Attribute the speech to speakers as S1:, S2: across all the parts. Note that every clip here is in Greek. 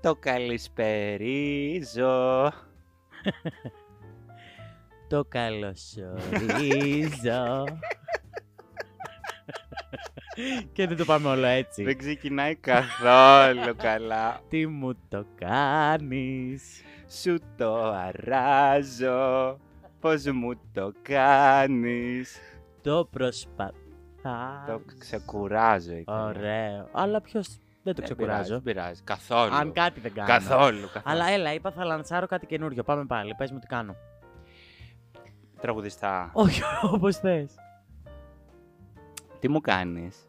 S1: Το καλησπερίζω.
S2: Το καλωσορίζω. και δεν το πάμε όλο έτσι.
S1: Δεν ξεκινάει καθόλου καλά.
S2: Τι μου το κάνεις.
S1: Σου το αράζω. Πώς μου το κάνεις.
S2: Το προσπαθάς.
S1: Το ξεκουράζω. ήθελα.
S2: Ωραίο. Αλλά ποιος. Δεν το
S1: Δεν
S2: ξεκουράζω.
S1: πειράζει, πειράζει. Καθόλου.
S2: Αν κάτι δεν κάνω.
S1: Καθόλου. καθόλου.
S2: Αλλά έλα, είπα θα λανσάρω κάτι καινούριο. Πάμε πάλι. Πες μου τι κάνω.
S1: Τραγουδιστά.
S2: Όχι, όπως θες.
S1: Τι μου κάνεις.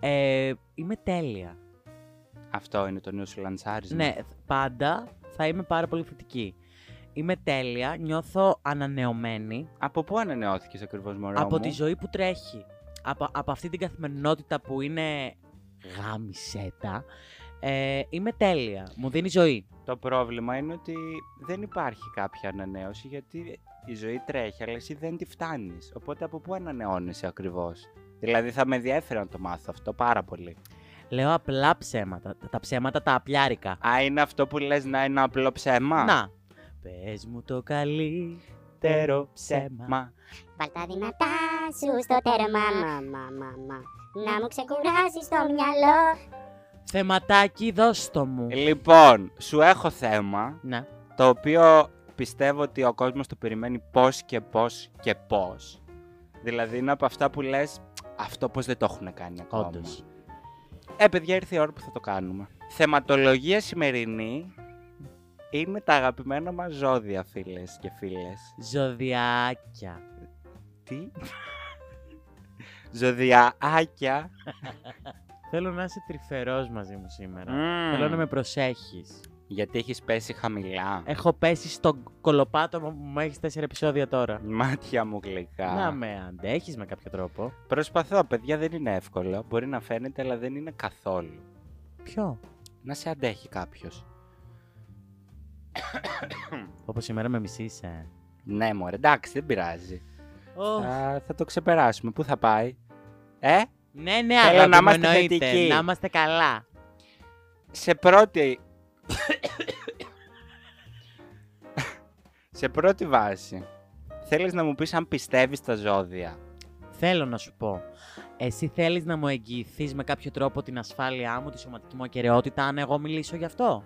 S2: Ε, είμαι τέλεια.
S1: Αυτό είναι το νέο σου λανσάρισμα.
S2: Ναι, πάντα θα είμαι πάρα πολύ θετική. Είμαι τέλεια, νιώθω ανανεωμένη
S1: Από πού ανανεώθηκες ακριβώς μωρό
S2: από
S1: μου?
S2: τη ζωή που τρέχει. Από, από αυτή την καθημερινότητα που είναι γάμισέτα. Ε, είμαι τέλεια. Μου δίνει ζωή.
S1: Το πρόβλημα είναι ότι δεν υπάρχει κάποια ανανέωση γιατί η ζωή τρέχει, αλλά εσύ δεν τη φτάνεις. Οπότε από πού ανανεώνεσαι ακριβώς. Δηλαδή θα με ενδιαφέρει να το μάθω αυτό πάρα πολύ.
S2: Λέω απλά ψέματα. Τα- Τα ψέματα τα απλιάρικα.
S1: Α, είναι αυτό που λες να είναι απλό ψέμα.
S2: Να. Πες μου το καλύτερο
S1: Τέρο
S2: ψέμα.
S1: ψέμα.
S3: Βάλ τα δυνατά σου στο τέρμα, μα, μα, μα, μα. Να μου ξεκουράσεις το μυαλό.
S2: Θεματάκι, δώστο μου.
S1: Λοιπόν, σου έχω θέμα
S2: Ναι.
S1: το οποίο πιστεύω ότι ο κόσμος το περιμένει πώς και πώς και πώς. Δηλαδή είναι από αυτά που λες αυτό πώς δεν το έχουν κάνει ακόμα.
S2: Όντως.
S1: Ε, παιδιά, ήρθε η ώρα που θα το κάνουμε. Θεματολογία σημερινή είναι τα αγαπημένα μας ζώδια, φίλες και φίλες.
S2: Ζωδιάκια.
S1: Τι? Ζωδιαάκια.
S2: Θέλω να είσαι τρυφερός μαζί μου σήμερα. Θέλω να με προσέχεις.
S1: Γιατί έχεις πέσει χαμηλά.
S2: Έχω πέσει στον κολοπάτωμα που μου έχεις τέσσερα επεισόδια τώρα.
S1: Μάτια μου γλυκά.
S2: Να με αντέχεις με κάποιο τρόπο.
S1: Προσπαθώ, παιδιά, δεν είναι εύκολο. Μπορεί να φαίνεται, αλλά δεν είναι καθόλου.
S2: Ποιο?
S1: Να σε αντέχει κάποιος.
S2: Όπως σήμερα με μισήσε.
S1: Ναι, μωρέ, εντάξει, δεν πειράζει.
S2: Ωχ.
S1: Α, θα το ξεπεράσουμε. Πού θα πάει. Ε,
S2: Ναι, ναι,
S1: Θέλω
S2: αγάπη
S1: να
S2: μου,
S1: είμαστε
S2: εννοείται.
S1: θετικοί.
S2: Να είμαστε καλά.
S1: σε πρώτη... σε πρώτη βάση, θέλεις να μου πεις αν πιστεύεις στα ζώδια.
S2: Θέλω να σου πω. Εσύ θέλεις να μου εγγυηθείς με κάποιο τρόπο την ασφάλειά μου, τη σωματική μου ακαιρεότητα, αν εγώ μιλήσω γι' αυτό.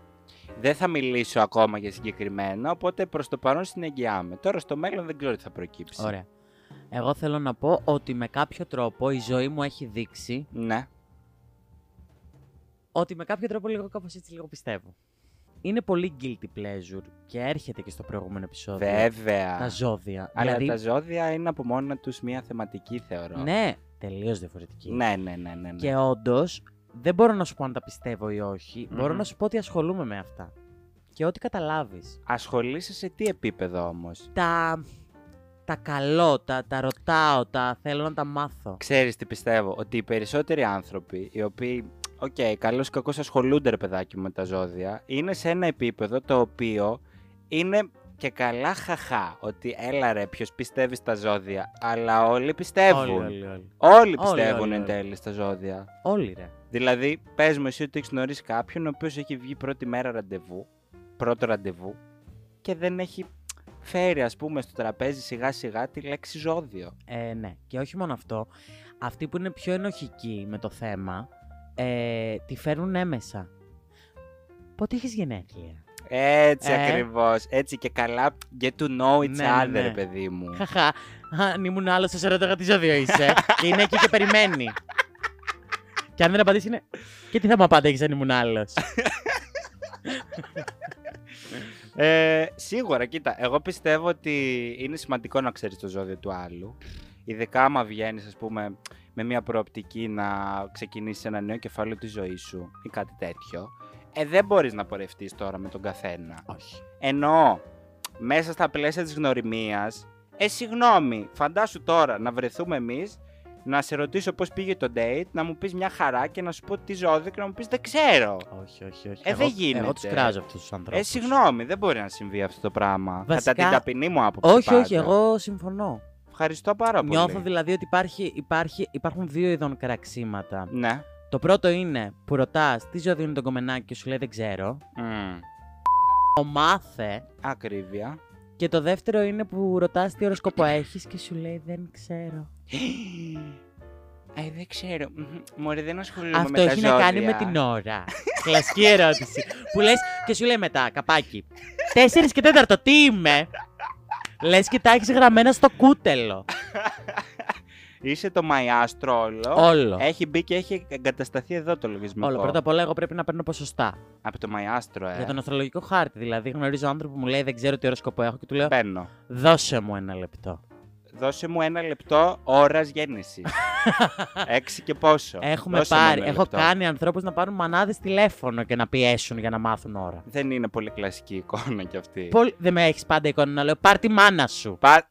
S1: Δεν θα μιλήσω ακόμα για συγκεκριμένα, οπότε προς το παρόν συνεγγυάμε. Τώρα στο μέλλον δεν ξέρω τι θα προκύψει.
S2: Ωραία. Εγώ θέλω να πω ότι με κάποιο τρόπο η ζωή μου έχει δείξει
S1: Ναι.
S2: ότι με κάποιο τρόπο λίγο κάπως έτσι λίγο πιστεύω. Είναι πολύ guilty pleasure και έρχεται και στο προηγούμενο επεισόδιο.
S1: Βέβαια.
S2: Τα ζώδια.
S1: Αλλά
S2: δηλαδή,
S1: τα ζώδια είναι από μόνα τους μία θεματική θεωρώ.
S2: ναι, τελείως διαφορετική.
S1: Ναι, ναι, ναι, ναι. ναι.
S2: Και όντως, δεν μπορώ να σου πω αν τα πιστεύω ή οχι Μπορώ
S1: Μμμ.
S2: να σου πω ότι ασχολούμαι με αυτά. Και ό,τι καταλάβεις.
S1: Ασχολείσαι σε τι επίπεδο όμως.
S2: Τα. Τα καλώ, τα, τα ρωτάω, τα θέλω να τα μάθω.
S1: Ξέρεις τι πιστεύω, ότι οι περισσότεροι άνθρωποι οι οποίοι, οκ, okay, καλώς ή κακώς ασχολούνται ρε παιδάκι μου με τα ζώδια, είναι σε ένα επίπεδο το οποίο είναι και καλά χαχά, ότι έλα ρε ποιος πιστεύει στα ζώδια, αλλά όλοι πιστεύουν.
S2: Όλοι, όλοι, όλοι.
S1: Όλοι
S2: Όλοι,
S1: πιστεύουν
S2: όλοι,
S1: εν
S2: όλοι.
S1: τέλει στα ζώδια.
S2: Όλοι, ρε.
S1: Δηλαδή, πες μου εσύ ότι έχεις γνωρίσει κάποιον ο οποίος έχει βγει πρώτη μέρα ραντεβού, πρώτο ραντεβού, και δεν έχει φέρει, ας πούμε, στο τραπέζι σιγά σιγά τη λέξη ζώδιο.
S2: Ε, ναι. Και όχι μόνο αυτό. Αυτοί που είναι πιο ενοχικοί με το θέμα, ε, τη φέρνουν έμεσα. Πότε έχεις γενέθλια.
S1: Έτσι
S2: Ε.
S1: ακριβώς, ακριβώ. Έτσι και καλά. Get to know each
S2: Ναι, ναι,
S1: other,
S2: ναι.
S1: παιδί μου.
S2: Χαχά. Αν ήμουν άλλος, θα σε ρώταγα τι ζώδιο είσαι. και είναι εκεί και περιμένει. και αν δεν απαντήσει, είναι. Και τι θα μου απάνταγε αν ήμουν άλλος.
S1: Ε, σίγουρα, κοίτα, εγώ πιστεύω ότι είναι σημαντικό να ξέρεις το ζώδιο του άλλου. Ειδικά άμα βγαίνεις, ας πούμε, με μια προοπτική να ξεκινήσεις ένα νέο κεφάλαιο της ζωής σου ή κάτι τέτοιο. Ε, δεν μπορείς να πορευτείς τώρα με τον καθένα.
S2: Όχι.
S1: Εννοώ, μέσα στα πλαίσια της γνωριμίας, ε, συγγνώμη, φαντάσου τώρα να βρεθούμε εμείς, να σε ρωτήσω πώς πήγε το date, να μου πεις μια χαρά και να σου πω τι ζώδιο και να μου πεις δεν ξέρω.
S2: Όχι, όχι, όχι.
S1: Ε, δεν γίνεται.
S2: Εγώ τους κράζω αυτούς τους ανθρώπους.
S1: Ε, συγγνώμη, δεν μπορεί να συμβεί αυτό το πράγμα.
S2: Βασικά-
S1: Κατά την ταπεινή μου άποψη.
S2: Όχι, όχι,
S1: πάντα.
S2: εγώ δηλαδή- συμφωνώ.
S1: Ευχαριστώ πάρα πολύ.
S2: Νιώθω δηλαδή ότι υπάρχει, υπάρχει, υπάρχουν δύο ειδών κραξίματα.
S1: Ναι.
S2: Το Το πρώτο είναι που ρωτάς τι ζώδιο είναι το κομμενάκι και σου λέει δεν ξέρω.
S1: Μμμ.
S2: Το μάθε.
S1: Ακρίβεια.
S2: Και το δεύτερο είναι που ρωτάς τι οροσκόπο έχεις και σου λέει δεν ξέρω.
S1: Ε, δεν ξέρω. Μμμ. Μωρέ, δεν ασχολούμαι
S2: Αυτό
S1: με τα
S2: έχει να κάνει με
S1: ζώδια.
S2: την ώρα. Κλασική ερώτηση. που λες και σου λέει μετά, καπάκι. Τέσσερις και τέταρτο, τι είμαι. λες και τα έχεις γραμμένα στο κούτελο.
S1: Είσαι το μαϊάστρο όλο.
S2: Όλο.
S1: Έχει μπει και έχει εγκατασταθεί εδώ το λογισμικό.
S2: Όλο. Πρώτα απ' όλα, εγώ πρέπει να παίρνω ποσοστά.
S1: Από το μαϊάστρο, ε.
S2: Για τον οθρολογικό χάρτη. Δηλαδή, γνωρίζω άνθρωπο που μου λέει δεν ξέρω τι οροσκόπο έχω και του λέω
S1: Παίρνω.
S2: δώσε μου ένα λεπτό.
S1: Δώσε μου ένα λεπτό ώρας γέννηση. Έξι και πόσο.
S2: Έχουμε
S1: Δώσε μου
S2: πάρει,
S1: ένα
S2: έχω
S1: λεπτό.
S2: κάνει ανθρώπους να πάρουν μανάδες τηλέφωνο και να πιέσουν για να μάθουν ώρα.
S1: Δεν είναι πολύ κλασική εικόνα κι αυτή.
S2: Πολύ... Δεν με έχεις πάντα εικόνα να λέω πάρ τη μάνα σου.
S1: Πα...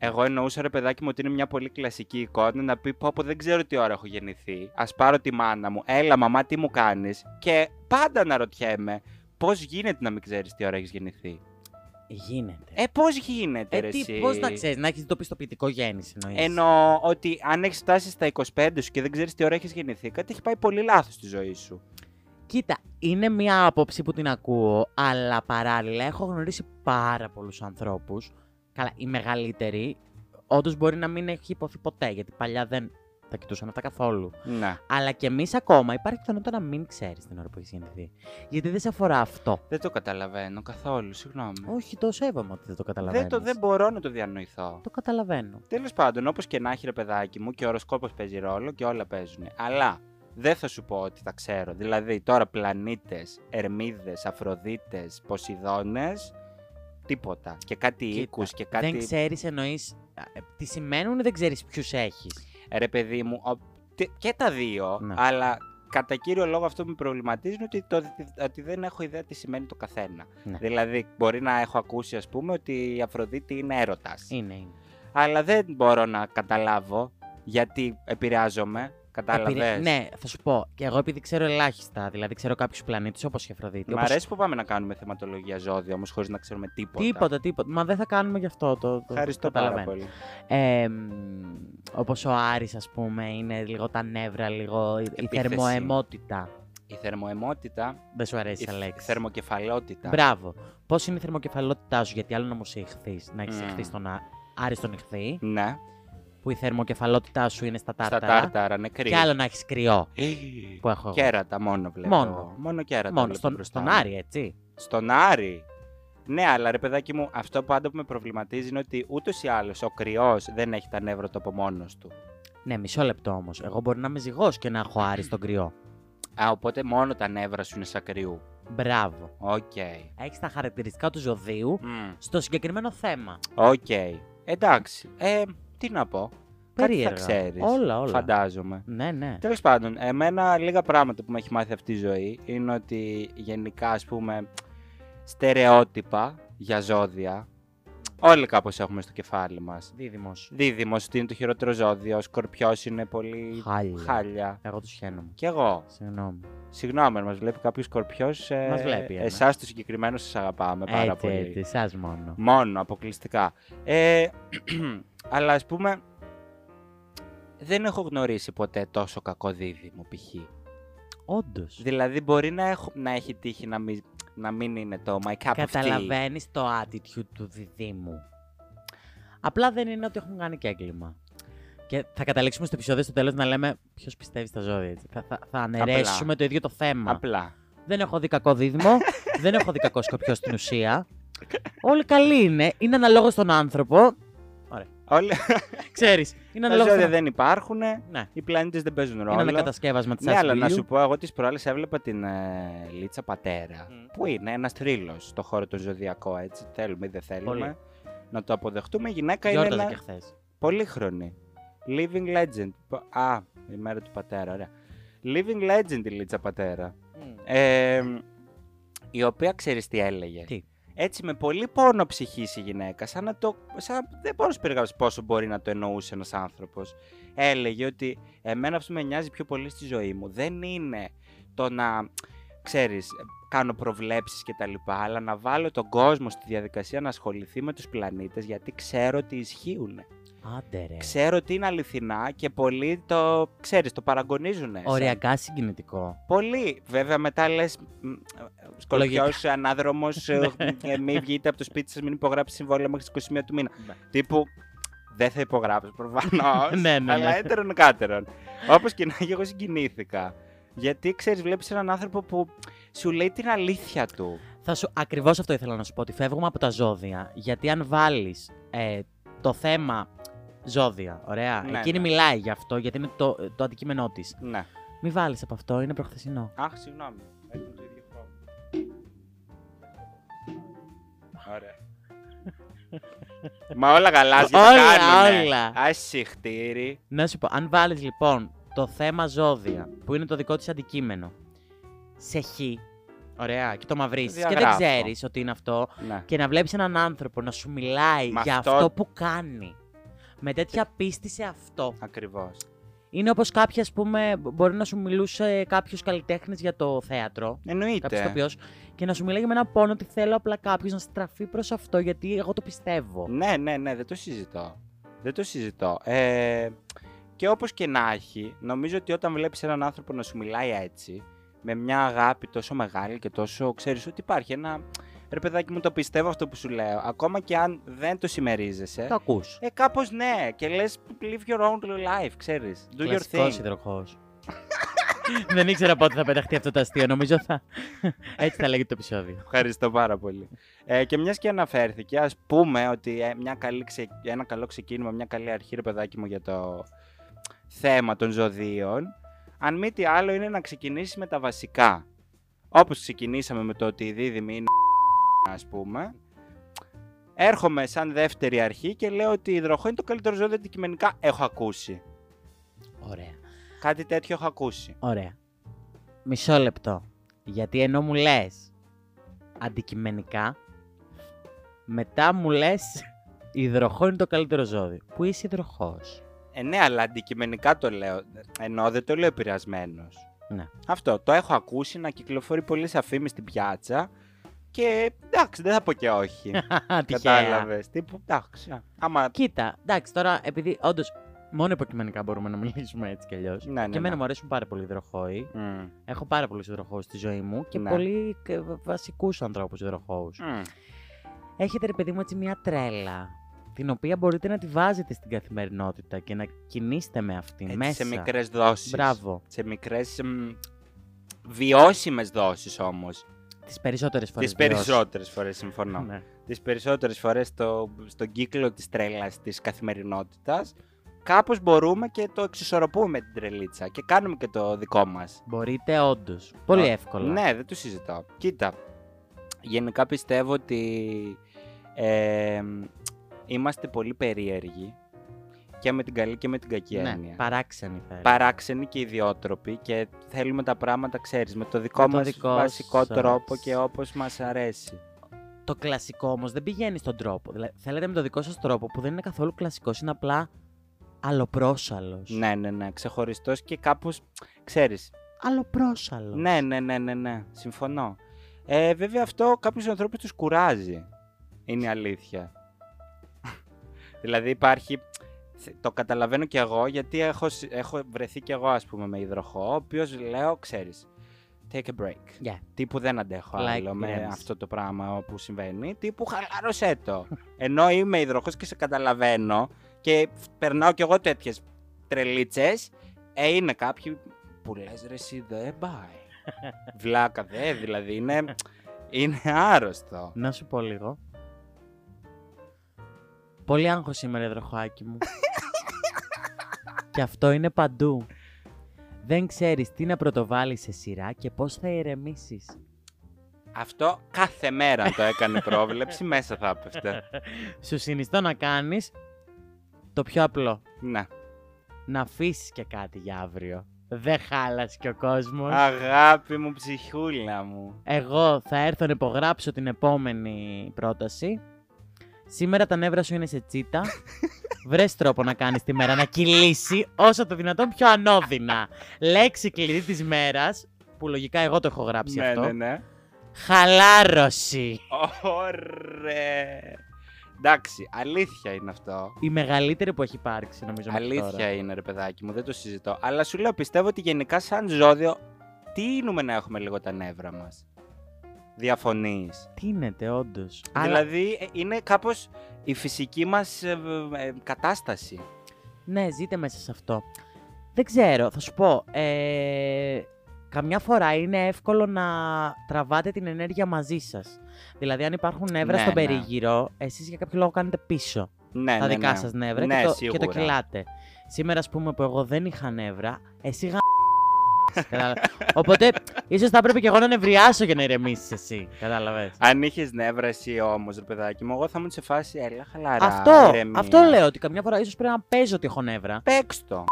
S1: Εγώ εννοούσα ρε παιδάκι μου ότι είναι μια πολύ κλασική εικόνα να πει πω πω δεν ξέρω τι ώρα έχω γεννηθεί. Ας πάρω τη μάνα μου. Έλα, μαμά, τι μου κάνεις. Και πάντα αναρωτιέμαι πώς γίνεται να μην ξέρεις τι ώρα έχεις γεννηθεί.
S2: Γίνεται.
S1: Ε, πώς γίνεται,
S2: Ε,
S1: ρε,
S2: τι,
S1: εσύ.
S2: πώς να ξέρεις, να έχεις το πιστοποιητικό γέννηση εννοείς.
S1: Εννοώ ότι αν έχεις φτάσει στα 25 σου και δεν ξέρεις τι ώρα έχεις γεννηθεί, κάτι έχει πάει πολύ λάθος στη ζωή σου.
S2: Κοίτα, είναι μια άποψη που την ακούω, αλλά παράλληλα έχω γνωρίσει πάρα πολλούς ανθρώπους. Καλά, οι μεγαλύτεροι, όντως μπορεί να μην έχει υποθεί ποτέ, γιατί παλιά δεν τα κοιτούσαν αυτά καθόλου.
S1: Να.
S2: Αλλά και εμείς ακόμα υπάρχει πιθανότητα να μην ξέρεις την ώρα που έχεις γεννηθεί. Γιατί δεν σε αφορά αυτό.
S1: Δεν το καταλαβαίνω καθόλου, συγγνώμη.
S2: Όχι, το σέβομαι ότι δεν το καταλαβαίνω.
S1: Δεν, το, δεν μπορώ να το διανοηθώ.
S2: Το καταλαβαίνω.
S1: Τέλος πάντων, όπως και να έχει ρε παιδάκι μου, και ο οροσκόπος παίζει ρόλο και όλα παίζουν. Αλλά δεν θα σου πω ότι τα ξέρω. Δηλαδή, τώρα πλανήτες, ερμίδες, αφροδίτες, ποσειδώνες, τίποτα. Και κάτι
S2: Κοίτα,
S1: οίκους και κάτι.
S2: Δεν ξέρεις, εννοείς. ε, Τι σημαίνουν δεν ξέρεις ποιους έχεις.
S1: Ρε παιδί μου, ο- τι- και τα δύο,
S2: Ναι.
S1: αλλά κατά κύριο λόγο αυτό που με προβληματίζει είναι ότι, το, ότι δεν έχω ιδέα τι σημαίνει το καθένα.
S2: Ναι.
S1: Δηλαδή, μπορεί να έχω ακούσει, ας πούμε, ότι η Αφροδίτη είναι έρωτας.
S2: Είναι, είναι.
S1: Αλλά δεν μπορώ να καταλάβω γιατί επηρεάζομαι. Κατάλαβες.
S2: Επηρε- Ναι, θα σου πω. Και εγώ επειδή ξέρω ελάχιστα, δηλαδή ξέρω κάποιους πλανήτες όπως η Αφροδίτη.
S1: Μ'
S2: όπως-
S1: αρέσει που πάμε να κάνουμε θεματολογία ζώδια όμως χωρίς να ξέρουμε τίποτα.
S2: Τίποτα, τίποτα. Μα δεν θα κάνουμε γι' αυτό το. το
S1: Ευχαριστώ πάρα
S2: καταλαβαίνω.
S1: πολύ.
S2: Ε, Όπως ο Άρης ας πούμε, είναι λίγο τα νεύρα, λίγο η- η
S1: Επίθεση.
S2: θερμοαιμότητα.
S1: Η θερμοαιμότητα.
S2: Δεν σου αρέσει
S1: Η
S2: η λέξη.
S1: θερμοκεφαλότητα.
S2: Μπράβο. Πώς είναι η θερμοκεφαλότητά σου, γιατί άλλο να μου συχθεί, να έχεις
S1: Μμμ.
S2: συχθεί στον α... Άρη στον ηχθή,
S1: Ναι.
S2: που η θερμοκεφαλότητά σου είναι στα
S1: Στα
S2: τάρταρα.
S1: τάρταρα, νεκρή.
S2: Και άλλο να έχεις κρυό που έχω. εγώ.
S1: Κέρατα μόνο βλέπω.
S2: Μόνο.
S1: Μόνο κέρατα.
S2: Μόνο
S1: βλέπω
S2: στον,
S1: μπροστά
S2: στον
S1: μου.
S2: Άρη, έτσι.
S1: Στον Άρη. Ναι, αλλά ρε παιδάκι μου, αυτό πάντα που με προβληματίζει είναι ότι ούτως ή άλλως ο κρυός δεν έχει τα νεύρα του από μόνος του.
S2: Ναι, μισό λεπτό όμως. Εγώ μπορεί να είμαι ζυγός και να έχω Άρη στον κρυό.
S1: Α, οπότε μόνο τα νεύρα σου είναι σαν κρυού.
S2: Μπράβο.
S1: Οκ.
S2: Έχεις τα χαρακτηριστικά του ζωδίου
S1: Μμμ.
S2: στο συγκεκριμένο θέμα.
S1: Οκ. Εντάξει. Ε, τι να πω.
S2: Περίεργα.
S1: Κάτι θα ξέρεις.
S2: Όλα, όλα.
S1: Φαντάζομαι.
S2: Ναι, ναι.
S1: Τέλος πάντων, εμένα λίγα πράγματα που με έχει μάθει αυτή η ζωή είναι ότι γενικά, ας πούμε, στερεότυπα για ζώδια. Όλοι κάπως έχουμε στο κεφάλι μας.
S2: Δίδυμος.
S1: Δίδυμος ότι είναι το χειρότερο ζώδιο, ο σκορπιός είναι πολύ
S2: Χάλια.
S1: χάλια.
S2: Εγώ του χαίνομαι.
S1: Κι εγώ.
S2: Συγγνώμη.
S1: Συγγνώμη, αν μας βλέπει κάποιος σκορπιός. Ε,
S2: Μας βλέπει ένα.
S1: Εσάς το συγκεκριμένο σας αγαπάμε πάρα
S2: έτσι,
S1: πολύ.
S2: έτσι, εσάς μόνο.
S1: Μόνο, αποκλειστικά. Ε, αλλά ας πούμε, δεν έχω γνωρίσει ποτέ τόσο κακό δίδυμο π.χ.
S2: Όντως.
S1: Δηλαδή μπορεί να, έχω, να έχει τύχει να μην, να μην είναι το my cup of tea.
S2: Καταλαβαίνεις το attitude του διδήμου. Απλά δεν είναι ότι έχουν κάνει και έγκλημα. Και θα καταλήξουμε στο επεισόδιο στο τέλος να λέμε ποιος πιστεύει στα ζώδια. έτσι. Θα, θα, θα αναιρέσουμε το ίδιο το θέμα.
S1: Απλά.
S2: Δεν έχω δει κακό δίδυμο. δεν έχω δει κακό σκοπιό στην ουσία. Όλοι καλοί είναι. Είναι αναλόγως στον άνθρωπο.
S1: Όλα
S2: Ξέρει.
S1: τα
S2: Είναι αναλόγω στον
S1: ζώδια δεν υπάρχουν,
S2: Ναι.
S1: οι πλανήτες δεν παίζουν
S2: Είναι
S1: ρόλο.
S2: ανακατασκεύασμα της
S1: Ναι, αλλά να σου πω, εγώ τις προάλλες έβλεπα την ε, Λίτσα Πατέρα,
S2: Μμ.
S1: που είναι ένας θρύλος στο χώρο του ζωδιακό, έτσι, θέλουμε ή δεν θέλουμε.
S2: Πολύ.
S1: Να το αποδεχτούμε, η γυναίκα είναι
S2: Γιόρταζα
S1: ένα...
S2: και χθες.
S1: Πολύχρονη. Living Legend. Πο- Α, η μέρα του πατέρα, ωραία. Living Legend η Λίτσα Πατέρα. Ε, η οποία ξέρεις τι έλεγε.
S2: Τι?
S1: Έτσι με πολύ πόνο ψυχής η γυναίκα, σαν να το. Σαν, να- δεν μπορώ να σου περιγράψω πόσο μπορεί να το εννοούσε ένας άνθρωπος. Έλεγε ότι εμένα αυτό που με νοιάζει πιο πολύ στη ζωή μου δεν είναι το να ξέρεις, κάνω προβλέψεις και τα λοιπά, αλλά να βάλω τον κόσμο στη διαδικασία να ασχοληθεί με τους πλανήτες, γιατί ξέρω ότι ισχύουν.
S2: Άντε ρε.
S1: Ξέρω ότι είναι αληθινά και πολλοί το, ξέρεις, το παραγωνίζουν.
S2: Ωριακά συγκινητικό.
S1: Πολύ. Βέβαια, μετά λες. Σκορπιό, ανάδρομος,
S2: Ναι.
S1: μην ε, βγείτε από το σπίτι σας, μην υπογράψει συμβόλαιο μέχρι τις 21 του μήνα.
S2: Ναι.
S1: Τύπου. Δεν θα υπογράψω προφανώς.
S2: Ναι, ναι, ναι.
S1: Αλλά έτερων κάτερων. Όπως και να έχει, εγώ συγκινήθηκα. Γιατί ξέρεις, βλέπεις έναν άνθρωπο που σου λέει την αλήθεια του.
S2: Θα σου, ακριβώς αυτό ήθελα να σου πω, ότι φεύγουμε από τα ζώδια, γιατί αν βάλεις ε, το θέμα ζώδια, ωραία,
S1: Ναι,
S2: εκείνη
S1: ναι.
S2: μιλάει γι' αυτό, γιατί είναι το, το αντικείμενό της.
S1: Ναι.
S2: Μη βάλεις από αυτό, είναι προχθεσινό.
S1: Αχ, συγγνώμη. Έχουμε το ίδιο πρόβλημα. Ωραία. Μα όλα γαλάζια τα
S2: Όλα,
S1: κάνουνε.
S2: όλα.
S1: Ασυχτήρι.
S2: Να σου πω, αν βάλεις λοιπόν το θέμα ζώδια, που είναι το δικό της αντικείμενο, σε χ, ωραία, και το μαυρίσεις και δεν
S1: Διαγράφω.
S2: ξέρεις ότι είναι αυτό,
S1: Ναι.
S2: και να βλέπεις έναν άνθρωπο να σου μιλάει
S1: Μ'
S2: για
S1: αυτό-
S2: αυτό που κάνει. Με τέτοια πίστη σε αυτό.
S1: Ακριβώς.
S2: Είναι όπως κάποιοι, ας πούμε, μπο- μπορεί να σου μιλούσε κάποιος καλλιτέχνης για το θέατρο. Κάποιο
S1: Εννοείται.
S2: τοπίο και να σου μιλάει με ένα πόνο ότι θέλω απλά κάποιος να στραφεί προς αυτό γιατί εγώ το πιστεύω.
S1: Ναι, ναι, ναι, δεν το συζητώ. Δεν το συζητώ. Ε, και όπως και να έχει, νομίζω ότι όταν βλέπεις έναν άνθρωπο να σου μιλάει έτσι, με μια αγάπη τόσο μεγάλη και τόσο, ξέρεις ότι υπάρχει ένα... Ρε παιδάκι μου, το πιστεύω αυτό που σου λέω. Ακόμα και αν δεν το συμμερίζεσαι,
S2: Το ακούς.
S1: ε, κάπως ναι. Και λες, live your own life, ξέρεις. Do your
S2: Κλασικός
S1: thing.
S2: υδροχό. Δεν ήξερα πότε θα πεταχτεί αυτό το αστείο. Νομίζω θα. Έτσι θα λέγεται το επεισόδιο.
S1: Ευχαριστώ πάρα πολύ. Ε, και μιας και αναφέρθηκε, ας πούμε ότι ε, μια καλή ξε- ένα καλό ξεκίνημα, μια καλή αρχή, ρε παιδάκι μου, για το θέμα των ζωδίων. Αν μη τι άλλο, είναι να ξεκινήσεις με τα βασικά. Όπως ξεκινήσαμε με το ότι η δίδυμη είναι ας πούμε. Έρχομαι σαν δεύτερη αρχή και λέω ότι η υδροχό είναι το καλύτερο ζώδιο αντικειμενικά. Έχω ακούσει.
S2: Ωραία.
S1: Κάτι τέτοιο έχω ακούσει.
S2: Ωραία. Μισό λεπτό. Γιατί ενώ μου λες αντικειμενικά, μετά μου λες υδροχό είναι το καλύτερο ζώδιο. Που είσαι υδροχός.
S1: Ε, ναι, αλλά αντικειμενικά το λέω. Ενώ δεν το λέω επηρεασμένος.
S2: Ναι.
S1: Αυτό. Το έχω ακούσει να κυκλοφορεί πολύ σε αφήμη στην πιάτσα. Και εντάξει, δεν θα πω και όχι.
S2: Τυχαία.
S1: Κατάλαβες. Τύπου εντάξει. α, Άμα.
S2: Κοίτα, εντάξει τώρα, επειδή όντως μόνο υποκειμενικά μπορούμε να μιλήσουμε έτσι κι αλλιώς.
S1: Ναι, ναι,
S2: και εμένα
S1: ναι.
S2: μου αρέσουν πάρα πολύ οι υδροχόοι.
S1: Μμ,
S2: Έχω πάρα πολλούς υδροχόου στη ζωή μου και
S1: Ναι.
S2: πολύ βασικούς ανθρώπους υδροχόου.
S1: μμ.
S2: Έχετε ρε παιδί μου έτσι μια τρέλα την οποία μπορείτε να τη βάζετε στην καθημερινότητα και να κινήσετε με αυτήν
S1: Έτσι,
S2: μέσα.
S1: σε μικρές δόσεις.
S2: Μπράβο.
S1: Σε μικρές. Βιώσιμες δόσεις όμως.
S2: Τις περισσότερες φορές.
S1: Τις περισσότερες φορές, συμφωνώ.
S2: Ναι.
S1: τις περισσότερες φορές στο, στον κύκλο της τρέλας της καθημερινότητας κάπως μπορούμε και το εξισορροπούμε με την τρελίτσα και κάνουμε και το δικό μας.
S2: Μπορείτε όντως. Πολύ
S1: Α,
S2: εύκολα.
S1: Ναι, δεν το συζητάω. Κοίτα, γενικά πιστεύω ότι ε, είμαστε πολύ περίεργοι και με την καλή και με την κακή
S2: Ναι,
S1: έννοια.
S2: παράξενη θα έλεγα.
S1: Παράξενοι και ιδιότροποι και θέλουμε τα πράγματα, ξέρεις, με το δικό
S2: το
S1: μας
S2: δικό
S1: βασικό
S2: σας.
S1: τρόπο και όπως μας αρέσει.
S2: Το κλασικό όμως δεν πηγαίνει στον τρόπο. Δηλαδή, θέλετε με το δικό σας τρόπο που δεν είναι καθόλου κλασικό, είναι απλά αλλοπρόσαλος.
S1: Ναι, ναι, ναι, ξεχωριστός και κάπως, ξέρεις,
S2: Αλλοπρόσαλος.
S1: Ναι, ναι, ναι, ναι, ναι. Συμφωνώ. Ε, βέβαια αυτό κάποιους ανθρώπους τους κουράζει. Είναι η αλήθεια. δηλαδή υπάρχει. Το καταλαβαίνω κι εγώ γιατί έχω, συ- έχω βρεθεί κι εγώ, ας πούμε, με υδροχό, ο οποίος λέω, ξέρεις. Take a break.
S2: Yeah.
S1: Τύπου δεν αντέχω
S2: Like
S1: άλλο με
S2: ηρέμηση.
S1: αυτό το πράγμα που συμβαίνει. Τύπου χαλάρωσέ το. Ενώ είμαι υδροχός και σε καταλαβαίνω και περνάω κι εγώ τέτοιες τρελίτσες. Ε, είναι κάποιοι που λες ρε εσύ δεν πάει. Βλάκα δε, δηλαδή είναι, είναι άρρωστο.
S2: Να σου πω λίγο. Πολύ άγχος σήμερα, υδροχοάκι μου. και αυτό είναι παντού. Δεν ξέρεις τι να πρωτοβάλεις σε σειρά και πώς θα ηρεμήσεις.
S1: Αυτό κάθε μέρα αν το έκανε πρόβλεψη, μέσα θα έπεφτε.
S2: Σου συνιστώ να κάνεις το πιο απλό.
S1: Ναι.
S2: Να αφήσεις και κάτι για αύριο. Δεν χάλασε και ο κόσμος.
S1: Αγάπη μου, ψυχούλα μου.
S2: Εγώ θα έρθω να υπογράψω την επόμενη πρόταση. Σήμερα τα νεύρα σου είναι σε τσίτα. Βρες τρόπο να κάνεις τη μέρα να κυλήσει όσο το δυνατόν πιο ανώδυνα. Λέξη κλειδί της μέρας. που λογικά εγώ το έχω γράψει
S1: Ναι,
S2: αυτό.
S1: ναι, ναι.
S2: Χαλάρωση.
S1: Ωραία. Εντάξει, αλήθεια είναι αυτό.
S2: Η μεγαλύτερη που έχει υπάρξει νομίζω μέχρι
S1: Αλήθεια
S2: τώρα.
S1: είναι, ρε παιδάκι μου, δεν το συζητώ. Αλλά σου λέω, πιστεύω ότι γενικά σαν ζώδιο τίνουμε να έχουμε λίγο τα νεύρα μας. Διαφωνείς.
S2: Τίνεται όντω.
S1: Δηλαδή, ε, είναι κάπως η φυσική μας κατάσταση.
S2: Ναι, ζείτε μέσα σε αυτό. Δεν ξέρω, θα σου πω. Ε, καμιά φορά είναι εύκολο να τραβάτε την ενέργεια μαζί σας. Δηλαδή, αν υπάρχουν νεύρα
S1: Ναι,
S2: στον
S1: ναι.
S2: περίγυρο, εσείς για κάποιο λόγο κάνετε πίσω
S1: Ναι,
S2: τα
S1: ναι,
S2: δικά
S1: ναι.
S2: σας νεύρα
S1: Ναι,
S2: και, το, και
S1: σίγουρα.
S2: το κυλάτε. Σήμερα, ας πούμε, που εγώ δεν είχα νεύρα, εσύ γα. Κατάλαβες. Οπότε, ίσως θα πρέπει και εγώ να νευριάσω για να ηρεμήσεις εσύ. Κατάλαβες.
S1: Αν είχες νεύρα εσύ όμως, ρε παιδάκι μου, εγώ θα ήμουν σε φάση έλα χαλαρά.
S2: Αυτό,
S1: ηρεμία.
S2: αυτό λέω ότι καμιά φορά ίσως πρέπει να παίζω ότι έχω νεύρα.
S1: Παίξ' το.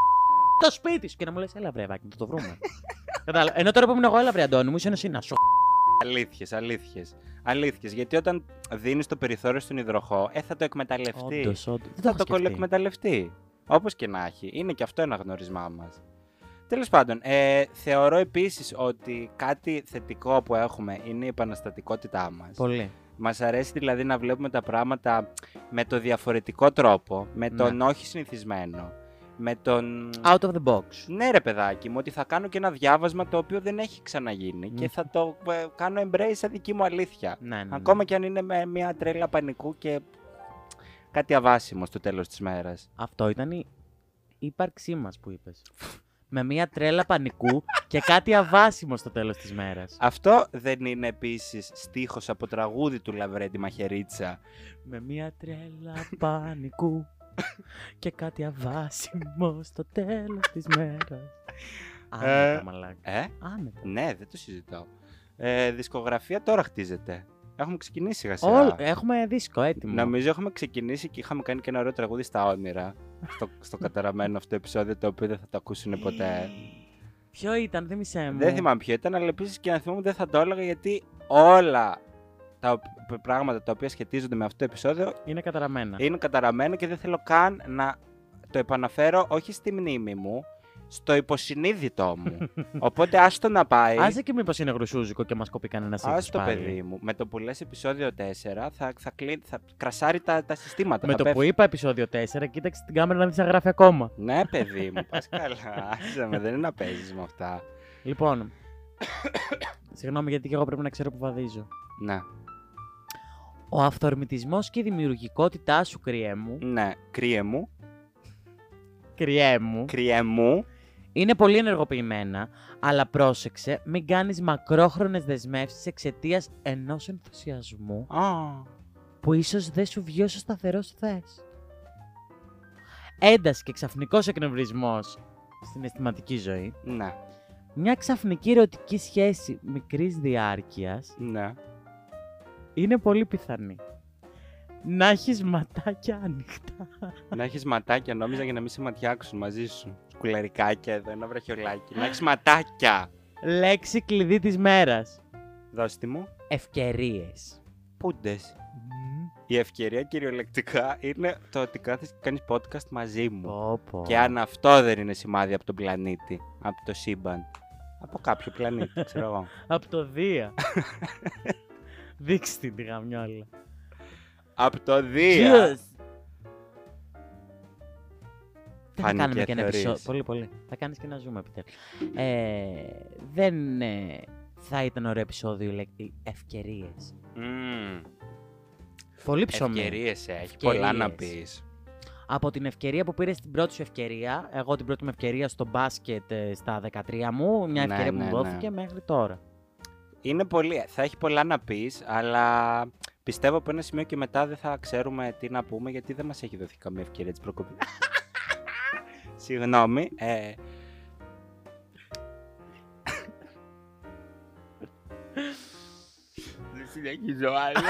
S2: το σπίτι σου και να μου λες: Έλα, βρε, Βάκη, θα το βρούμε. Κατάλαβα. Ενώ τώρα που ήμουν εγώ, έλα, βρε, Αντώνη μου, είσαι ένας σύνα. Σου
S1: Αλήθειες, αλήθειες. Αλήθειες, γιατί όταν δίνεις το περιθώριο στον υδροχό, ε, θα το εκμεταλλευτείς.
S2: Όντως, όντως.
S1: θα
S2: Δεν το
S1: το
S2: έχω σκεφτεί.
S1: κολοεκμεταλλευτεί. Όπως και να έχει. Είναι και αυτό ένα γνωρισμά μας. Τέλος πάντων, ε, θεωρώ επίσης ότι κάτι θετικό που έχουμε είναι η επαναστατικότητά μας.
S2: Πολύ.
S1: Μας αρέσει δηλαδή να βλέπουμε τα πράγματα με το διαφορετικό τρόπο, με
S2: Ναι.
S1: τον όχι συνηθισμένο, με τον...
S2: Out of the box.
S1: Ναι ρε παιδάκι μου, ότι θα κάνω και ένα διάβασμα το οποίο δεν έχει ξαναγίνει και
S2: Μμμ.
S1: θα το ε, κάνω embrace σαν δική μου αλήθεια.
S2: Ναι, ναι, ναι.
S1: Ακόμα και αν είναι με μια τρέλα πανικού και κάτι αβάσιμο στο τέλος της μέρας.
S2: Αυτό ήταν η ύπαρξή μας που είπες. Με μια τρέλα πανικού και κάτι αβάσιμο στο τέλος της μέρας.
S1: Αυτό δεν είναι επίσης στίχος από τραγούδι του Λαβρέντι Μαχερίτσα.
S2: Με μια τρέλα πανικού και κάτι αβάσιμο στο τέλος της μέρας. Άνετα, μαλάκα.
S1: Ε,
S2: Άνετα.
S1: ναι, δεν το συζητώ. Ε, δισκογραφία τώρα χτίζεται. Έχουμε ξεκινήσει σιγά σιγά.
S2: Όλ- ε, Έχουμε δίσκο έτοιμο.
S1: Νομίζω έχουμε ξεκινήσει και είχαμε κάνει και ένα ωραίο τραγούδι στα όνειρα. Στο, στο καταραμένο αυτό επεισόδιο το οποίο δεν θα το ακούσουν ποτέ.
S2: Ποιο ήταν, θύμισε μου.
S1: Δεν θυμάμαι ποιο ήταν, αλλά επίσης και να θυμάμαι δεν θα το έλεγα γιατί όλα τα οπ- πράγματα τα οποία σχετίζονται με αυτό το επεισόδιο
S2: Είναι καταραμένα.
S1: είναι καταραμένα και δεν θέλω καν να το επαναφέρω όχι στη μνήμη μου, στο υποσυνείδητό μου. Οπότε άστο να πάει.
S2: Άσε και μήπως είναι γρουσούζικο και μας κοπεί κανένα ήχο.
S1: Άστο ε, παιδί μου. Με το που λες επεισόδιο 4 θα, θα, κλει- θα κρασάρει τα, τα συστήματα.
S2: Με
S1: θα
S2: το που
S1: πέφτει.
S2: είπα επεισόδιο 4, κοίταξε την κάμερα να δεις να γράφει ακόμα.
S1: Ναι, παιδί μου, πας καλά. Άσε με, δεν είναι να παίζεις με αυτά.
S2: Λοιπόν. Συγγνώμη γιατί και εγώ πρέπει να ξέρω που βαδίζω.
S1: Ναι,
S2: Ο αυθορμητισμός και η δημιουργικότητά σου, κρυέ μου,
S1: ναι. Κρύε μου,
S2: κρυέ μου,
S1: κρύε μου.
S2: είναι πολύ ενεργοποιημένα, αλλά πρόσεξε, μην κάνεις μακρόχρονες δεσμεύσεις εξαιτίας ενός ενθουσιασμού
S1: Α,
S2: που ίσως δεν σου βγει όσο σταθερό θε. Ένταση και ξαφνικός εκνευρισμός στην αισθηματική ζωή.
S1: ναι,
S2: Μια ξαφνική ερωτική σχέση μικρής διάρκειας
S1: ναι.
S2: είναι πολύ πιθανή. Να έχεις ματάκια ανοιχτά.
S1: Να έχεις ματάκια, νόμιζα για να μην σε ματιάξουν μαζί σου. Σκουλαρικάκια εδώ, ένα βραχιολάκι. Να έχει ματάκια.
S2: Λέξη κλειδί της μέρας.
S1: Δώστη μου.
S2: Ευκαιρίες.
S1: Πούντες. Η ευκαιρία κυριολεκτικά είναι το ότι κάθεσαι και κάνεις podcast μαζί μου.
S2: Πω, πω.
S1: Και αν αυτό δεν είναι σημάδι από τον πλανήτη, από το σύμπαν. Από κάποιο πλανήτη, ξέρω εγώ.
S2: Απ' το Δία. Δείξτε την γαμιόλα.
S1: Από το Δία.
S2: Cheers. Δεν θα
S1: Φάνηκε
S2: κάνουμε και ένα
S1: θεωρείς.
S2: επεισόδιο. Πολύ, πολύ. Θα κάνεις και να ζούμε επιτέλους. Ε, δεν ε, θα ήταν ωραίο επεισόδιο λέει, οι ευκαιρίες. Πολύ ψωμί.
S1: Ευκαιρίες έχει, πολλά να πεις.
S2: Ευκαιρίες. Από την ευκαιρία που πήρες την πρώτη σου ευκαιρία, εγώ την πρώτη μου ευκαιρία στο μπάσκετ ε, στα 13 μου, μια
S1: Ναι,
S2: ευκαιρία που
S1: ναι,
S2: μου
S1: ναι.
S2: δόθηκε μέχρι τώρα.
S1: Είναι πολύ, θα έχει πολλά να πεις, αλλά πιστεύω από ένα σημείο και μετά δεν θα ξέρουμε τι να πούμε, γιατί δεν μας έχει δοθεί καμία ευκαιρία της προκοπής. Συγγνώμη. Ε, δεν συνεχίζω άλλο.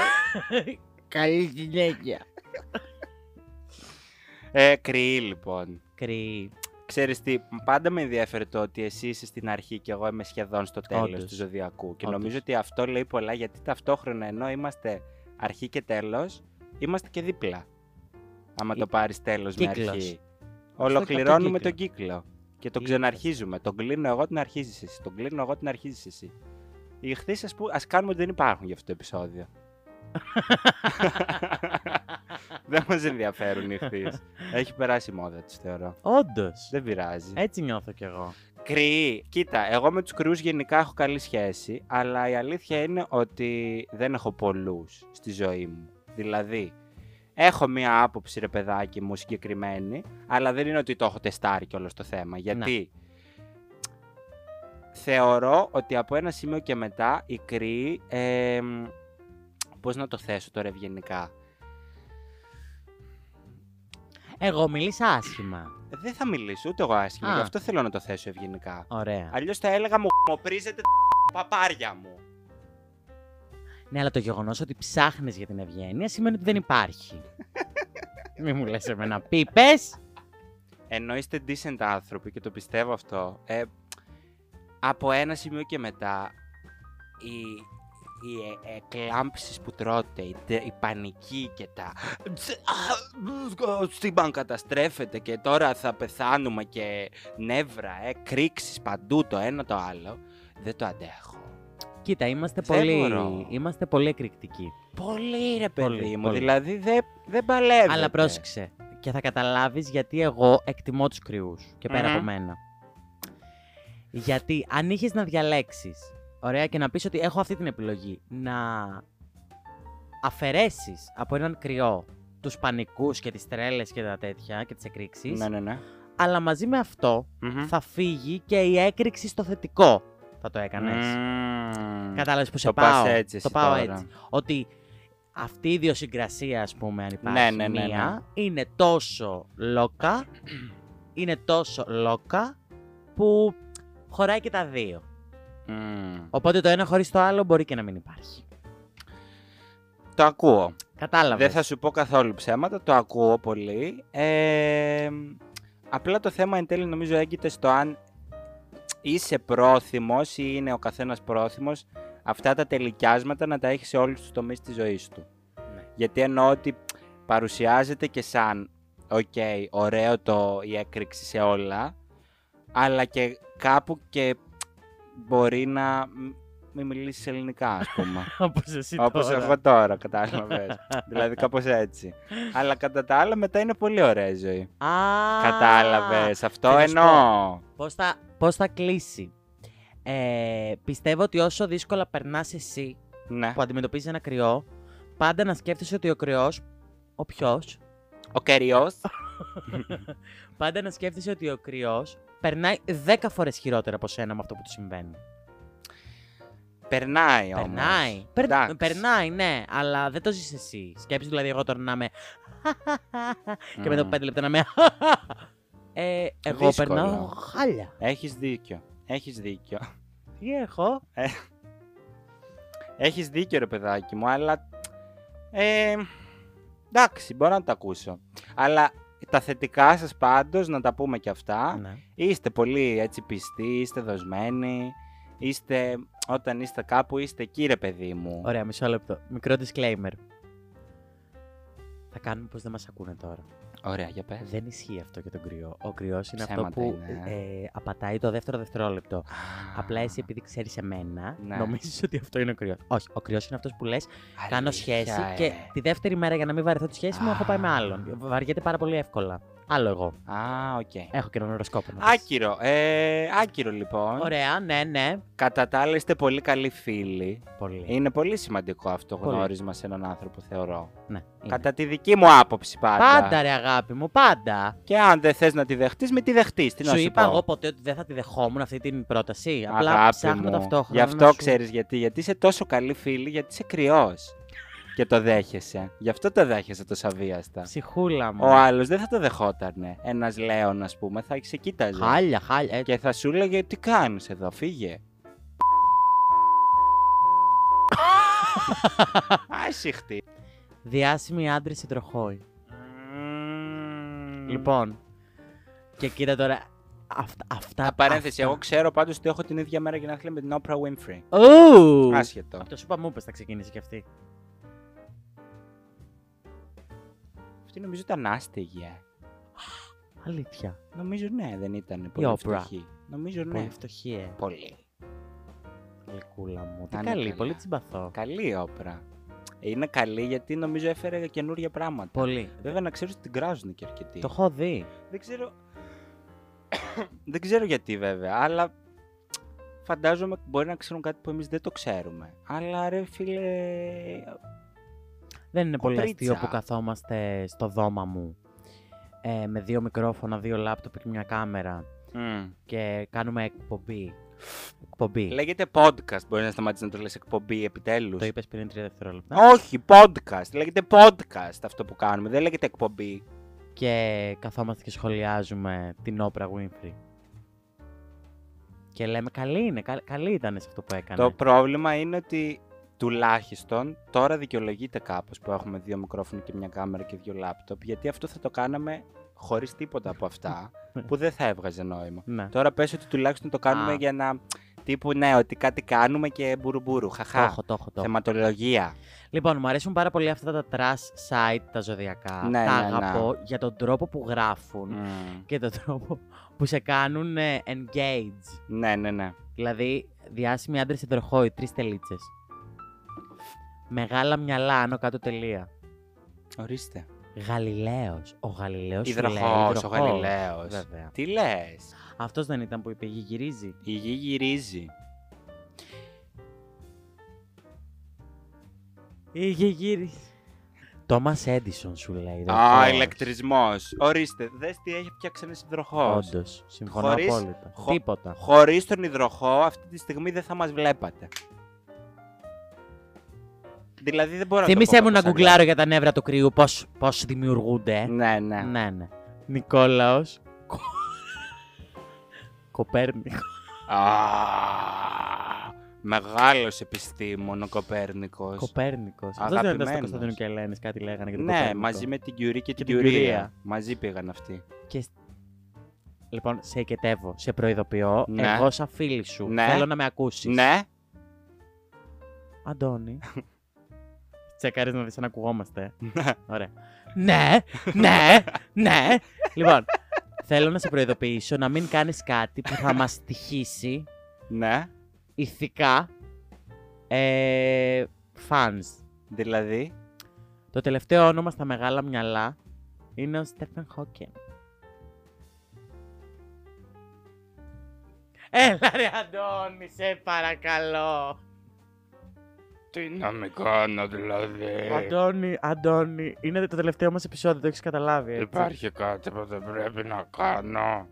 S2: Καλή γυναίκα.
S1: Ε, κρυή λοιπόν.
S2: Κρυ.
S1: Ξέρεις τι, πάντα με ενδιαφέρει το ότι εσύ είσαι στην αρχή και εγώ είμαι σχεδόν στο τέλος
S2: Όντως.
S1: του ζωδιακού. Και
S2: Όντως.
S1: νομίζω ότι αυτό λέει πολλά γιατί ταυτόχρονα ενώ είμαστε αρχή και τέλος, είμαστε και δίπλα. Άμα
S2: Ή-
S1: το πάρεις τέλος με
S2: κύκλος.
S1: αρχή.
S2: τον
S1: Ολοκληρώνουμε
S2: κύκλο.
S1: τον κύκλο. Και Και τον
S2: Τι
S1: ξαναρχίζουμε. Τον κλείνω εγώ, την αρχίζεις εσύ. Τον κλείνω εγώ, την αρχίζεις εσύ. Οι χθίσει που ας κάνουμε ότι δεν υπάρχουν για αυτό το επεισόδιο. δεν μας ενδιαφέρουν οι χθίσει.
S2: Ε,
S1: Έχει περάσει η μόδα του, θεωρώ.
S2: Όντως.
S1: Δεν πειράζει.
S2: Έτσι νιώθω κι εγώ.
S1: Κρυοί. Κοίτα, εγώ με τους κρυού γενικά έχω καλή σχέση, αλλά η αλήθεια είναι ότι δεν έχω πολλούς στη ζωή μου. Δηλαδή, έχω μία άποψη, ρε παιδάκι μου, συγκεκριμένη, αλλά δεν είναι ότι το έχω τεστάρει κιόλας το θέμα. Γιατί θεωρώ ότι από ένα σημείο και μετά οι κρυοί. Ε, Πώς να το θέσω τώρα ευγενικά.
S2: Εγώ μίλησα άσχημα.
S1: Δεν θα μιλήσω ούτε εγώ άσχημα,
S2: Α.
S1: γι' αυτό θέλω να το θέσω ευγενικά.
S2: Ωραία.
S1: Αλλιώς θα έλεγα μου πρίζετε τα παπάρια μου.
S2: Ναι, αλλά το γεγονός ότι ψάχνεις για την ευγένεια σημαίνει ότι δεν υπάρχει. Μη μου λες εμένα πίπε.
S1: ενώ είστε decent άνθρωποι και το πιστεύω αυτό, ε, από ένα σημείο και μετά οι, οι ε, εκλάμψεις που τρώτε, η, τε- η πανική και τα «Τσε- α, ο σύμπαν καταστρέφεται και τώρα θα πεθάνουμε και νεύρα, ε, κρίξεις παντού το ένα το άλλο, δεν το αντέχω.
S2: Κοίτα, είμαστε
S1: Δεν
S2: πολύ,
S1: μπορώ.
S2: είμαστε πολύ εκρηκτικοί.
S1: Πολύ ρε παιδί
S2: Πολύ,
S1: μου,
S2: πολύ.
S1: δηλαδή δεν δεν παλεύεται.
S2: Αλλά πρόσεξε. Και θα καταλάβεις γιατί εγώ εκτιμώ τους κρυούς και πέρα
S1: Μμμ.
S2: από μένα. Γιατί αν είχες να διαλέξεις, ωραία, και να πεις ότι έχω αυτή την επιλογή, να αφαιρέσεις από έναν κρυό τους πανικούς και τις τρέλες και τα τέτοια και τις εκρήξεις,
S1: Ναι, ναι, ναι.
S2: αλλά μαζί με αυτό
S1: Μμμ.
S2: θα φύγει και η έκρηξη στο θετικό. Θα το έκανες.
S1: Μμμ.
S2: Κατάλαβες που σε
S1: Το πας
S2: πάω.
S1: έτσι
S2: το
S1: εσύ
S2: πάω
S1: τώρα.
S2: έτσι. Ότι αυτή η ιδιοσυγκρασία, ας πούμε, αν υπάρχει
S1: Ναι, ναι, ναι, ναι.
S2: μία, είναι τόσο λόκα, είναι τόσο λόκα που χωράει και τα δύο.
S1: Μμμ.
S2: Οπότε το ένα χωρίς το άλλο μπορεί και να μην υπάρχει.
S1: Το ακούω.
S2: Κατάλαβες.
S1: Δεν θα σου πω καθόλου ψέματα, το ακούω πολύ. Ε, απλά το θέμα εν τέλει νομίζω έγκυται στο αν είσαι πρόθυμος ή είναι ο καθένας πρόθυμος αυτά τα τελικιάσματα να τα έχει σε όλους τους τομείς της ζωής του.
S2: Ναι.
S1: Γιατί εννοώ ότι παρουσιάζεται και σαν «Οκ, ωραίο το η έκρηξη σε όλα», αλλά και κάπου και μπορεί να μ- μην μιλήσεις ελληνικά, ας πούμε.
S2: Όπως εσύ
S1: Όπως
S2: τώρα.
S1: εγώ τώρα, κατάλαβες. δηλαδή, κάπως έτσι. Αλλά κατά τα άλλα, μετά είναι πολύ ωραία η ζωή.
S2: Α,
S1: Κατάλαβες. Αυτό
S2: θα σου πω.
S1: εννοώ.
S2: Πώς θα, πώς θα κλείσει. Ε, πιστεύω ότι όσο δύσκολα περνάς εσύ
S1: Ναι.
S2: που αντιμετωπίζεις ένα κρυό, πάντα να σκέφτεσαι ότι ο κρυός. Ο ποιος.
S1: Ο κεριός.
S2: Πάντα να σκέφτεσαι ότι ο κρυός περνάει 10 φορές χειρότερα από σένα με αυτό που του συμβαίνει.
S1: Περνάει όμως.
S2: Περνάει. Περ-
S1: Εντάξει.
S2: περνάει, ναι, αλλά δεν το ζεις εσύ. Σκέψου δηλαδή εγώ τώρα να είμαι. Mm. και μετά από 5 λεπτά να είμαι. ε, εγώ
S1: Δύσκολο.
S2: περνάω χάλια.
S1: Έχεις δίκιο. Έχεις δίκιο.
S2: Τι έχω.
S1: Έχεις δίκιο, ρε παιδάκι μου, αλλά. Ε, εντάξει, μπορώ να τα ακούσω. Αλλά τα θετικά σας πάντως, να τα πούμε και αυτά.
S2: Ναι.
S1: Είστε πολύ έτσι πιστοί, είστε δοσμένοι, είστε όταν είστε κάπου είστε εκεί ρε παιδί μου.
S2: Ωραία, μισό λεπτό. Μικρό disclaimer. Θα κάνουμε πως δεν μας ακούνε τώρα.
S1: Ωραία, για πες.
S2: Δεν ισχύει αυτό για τον κρυό. Ο κρυός είναι αυτό
S1: Ψέματα
S2: που
S1: είναι,
S2: ε, απατάει το δεύτερο δευτερόλεπτο. Απλά εσύ επειδή ξέρεις εμένα,
S1: Ναι.
S2: νομίζεις ότι αυτό είναι ο κρυός. Όχι, ο κρυός είναι αυτός που λες: Κάνω σχέση
S1: Αλήθεια,
S2: και
S1: ε.
S2: τη δεύτερη μέρα για να μην βαρεθώ τη σχέση μου, έχω πάει με
S1: Α.
S2: άλλον. Βαριέται πάρα πολύ εύκολα. Άλλο εγώ.
S1: Α, οκ.
S2: Έχω και έναν οροσκόπο. να πεις.
S1: Άκυρο, ε, άκυρο λοιπόν.
S2: Ωραία, ναι, ναι.
S1: Κατά τα άλλα είστε πολύ καλοί φίλοι.
S2: Πολύ.
S1: Είναι πολύ σημαντικό αυτό
S2: Πολύ.
S1: γνώρισμα σε έναν άνθρωπο θεωρώ.
S2: Ναι, είναι.
S1: Κατά τη δική μου άποψη πάντα.
S2: Πάντα ρε αγάπη μου, πάντα.
S1: Και αν δεν θες να τη δεχτείς, με τη δεχτείς. Τι να
S2: σου
S1: σου
S2: είπα
S1: πω.
S2: εγώ ποτέ ότι δεν θα τη δεχόμουν αυτή την πρόταση. Απλά
S1: Αγάπη
S2: ψάχνω
S1: μου.
S2: ταυτόχρονα.
S1: Γι'
S2: να
S1: αυτό
S2: σου-
S1: ξέρεις γιατί. Γιατί είσαι τόσο καλή φίλη, γιατί είσαι κρυός. και το δέχεσαι. Γι' αυτό το δέχεσαι τόσο αβίαστα.
S2: Ψυχούλα μου. Ναι.
S1: Ο άλλος δεν θα το δεχότανε. Ένας Λέων, ας πούμε, θα σε κοίταζε.
S2: Χάλια, χάλια. Ε, έτσι.
S1: Και θα σου έλεγε τι κάνεις εδώ, φύγε. Άσυχτη.
S2: Διάσημοι άντρε συντροχώοι. Λοιπόν. Και κοίτα τώρα. Αυτά. αυτά
S1: Παρένθεση,
S2: αυτά.
S1: εγώ ξέρω πάντως ότι έχω την ίδια μέρα γενέθλια με την Oprah Winfrey.
S2: Ου!
S1: Άσχετο.
S2: Από το σούπα μου είπες, θα ξεκινήσει κι αυτή.
S1: Αυτή νομίζω ήταν άστεγη. ε.
S2: Αλήθεια.
S1: Νομίζω ναι, δεν ήταν πολύ
S2: Oprah.
S1: φτωχή. Νομίζω ναι.
S2: Πολύ φτωχή, ε.
S1: Πολύ.
S2: Γλυκούλα μου.
S1: Να
S2: Τι
S1: είναι
S2: καλή,
S1: καλά.
S2: πολύ τη συμπαθώ.
S1: Καλή η όπρα. Είναι καλή γιατί νομίζω έφερε καινούργια πράγματα.
S2: Πολύ.
S1: Βέβαια να ξέρω ότι την κράζουν και αρκετοί.
S2: Το έχω δει.
S1: Δεν ξέρω... δεν ξέρω γιατί βέβαια, αλλά φαντάζομαι μπορεί να ξέρουν κάτι που εμείς δεν το ξέρουμε. Αλλά ρε φίλε...
S2: Δεν είναι πολύ αστείο
S1: Κοπρίτσα.
S2: που καθόμαστε στο δώμα μου ε, με δύο μικρόφωνα, δύο λάπτοπ και μια κάμερα
S1: μμ.
S2: και κάνουμε εκπομπή. Εκπομπή.
S1: Λέγεται podcast, μπορεί να σταματήσεις να το λες εκπομπή επιτέλους.
S2: Το είπες πριν τρία δευτερόλεπτα.
S1: Όχι, podcast. Λέγεται podcast αυτό που κάνουμε. Δεν λέγεται εκπομπή.
S2: Και καθόμαστε και σχολιάζουμε την όπρα Winfrey. Και λέμε καλή είναι, κα- καλή ήταν σε αυτό που έκανες.
S1: Το πρόβλημα είναι ότι τουλάχιστον τώρα δικαιολογείται κάπως που έχουμε δύο μικρόφωνα και μια κάμερα και δύο λάπτοπ, γιατί αυτό θα το κάναμε χωρίς τίποτα από αυτά, που δεν θα έβγαζε νόημα.
S2: Ναι.
S1: Τώρα πες ότι τουλάχιστον το κάνουμε
S2: Α.
S1: για να... Τύπου ναι, ότι κάτι κάνουμε και μπουρουμπουρου,
S2: Το
S1: χαχά.
S2: έχω, το έχω, το έχω.
S1: Θεματολογία.
S2: Λοιπόν, μου αρέσουν πάρα πολύ αυτά τα trash site, τα ζωδιακά.
S1: Ναι,
S2: τα
S1: ναι, ναι.
S2: αγαπώ για τον τρόπο που γράφουν
S1: Μμμ.
S2: και τον τρόπο που σε κάνουν ε, engage.
S1: Ναι, ναι, ναι.
S2: Δηλαδή, διάσημοι άντρες εντροχώοι, τρεις τελίτσες. Μεγάλα μυαλά, άνω κάτω τελεία.
S1: Ορίστε.
S2: Γαλιλαίος. Ο Γαλιλαίος.
S1: Υδροχός, ο Γαλιλαίος.
S2: Βέβαια.
S1: Τι λες.
S2: Αυτός δεν ήταν που είπε γη γυρίζει.
S1: Η γη γυρίζει.
S2: Η γη γυρίζει. Τόμα Έντισον σου λέει.
S1: Α, ηλεκτρισμός. Ορίστε, δες τι έχει φτιάξει ένας υδροχός.
S2: Όντως. Συμφωνώ
S1: Χωρίς-
S2: απόλυτα.
S1: χω-
S2: Τίποτα.
S1: Χωρίς τον υδροχό αυτή τη στιγμή δεν θα μας βλέπατε. Δηλαδή δεν μπορώ
S2: Θυμήσέ
S1: να το πω
S2: μου να
S1: κάπως
S2: γκουγκλάρω για τα νεύρα του κρύου πώς, πώς δημιουργούνται.
S1: αλλιώς. Ναι, ναι.
S2: ναι. ναι. Νικόλαος. Κο- Κοπέρνικο.
S1: Α, μεγάλος επιστήμον ο Κοπέρνικος.
S2: Κοπέρνικος. Αυτός δεν ήταν στο
S1: Αγαπημένος.
S2: Κωνσταντίνο και Ελένης, κάτι λέγανε για τον
S1: Ναι,
S2: Κοπέρνικο.
S1: μαζί με την Κιουρί και, την
S2: την Κιουρία.
S1: Κιουρία. Μαζί πήγαν αυτοί.
S2: Και... σ- Λοιπόν, σε εκετεύω, σε προειδοποιώ.
S1: Ναι.
S2: Εγώ σαν φίλη σου
S1: Ναι.
S2: θέλω να με ακούσεις.
S1: Ναι,
S2: Αντώνη. Τσεκάρεις να δεις αν ακουγόμαστε. Ωραία. Ναι, ναι, ναι. λοιπόν, θέλω να σε προειδοποιήσω να μην κάνεις κάτι που θα μας τυχήσει
S1: ναι.
S2: ηθικά ε, fans.
S1: Δηλαδή,
S2: Το τελευταίο όνομα στα μεγάλα μυαλά είναι ο Στέφεν Χόκεν. Έλα ρε Αντώνη, σε παρακαλώ.
S1: τι να με κάνω δηλαδή.
S2: Αντώνη, Αντώνη, είναι το τελευταίο μας επεισόδιο, το έχεις καταλάβει έτσι.
S1: κάτι που δεν πρέπει να κάνω.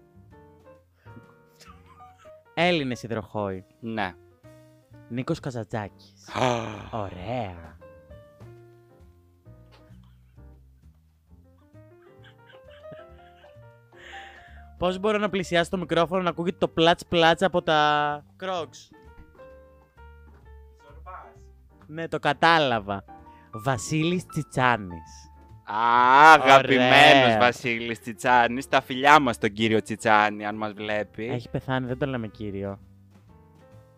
S2: Έλληνες υδροχόοι.
S1: Ναι.
S2: Νίκος Καζατζάκης. Ωραία. Πώς μπορώ να πλησιάσω το μικρόφωνο να ακούγεται το πλάτς πλάτς από τα κρόξ. Ναι, το κατάλαβα. Βασίλης Τσιτσάνης.
S1: Α, αγαπημένος
S2: Ωραία.
S1: Βασίλης Τσιτσάνης. Τα φιλιά μας τον κύριο Τσιτσάνη, αν μας βλέπει.
S2: Έχει πεθάνει, δεν το λέμε κύριο.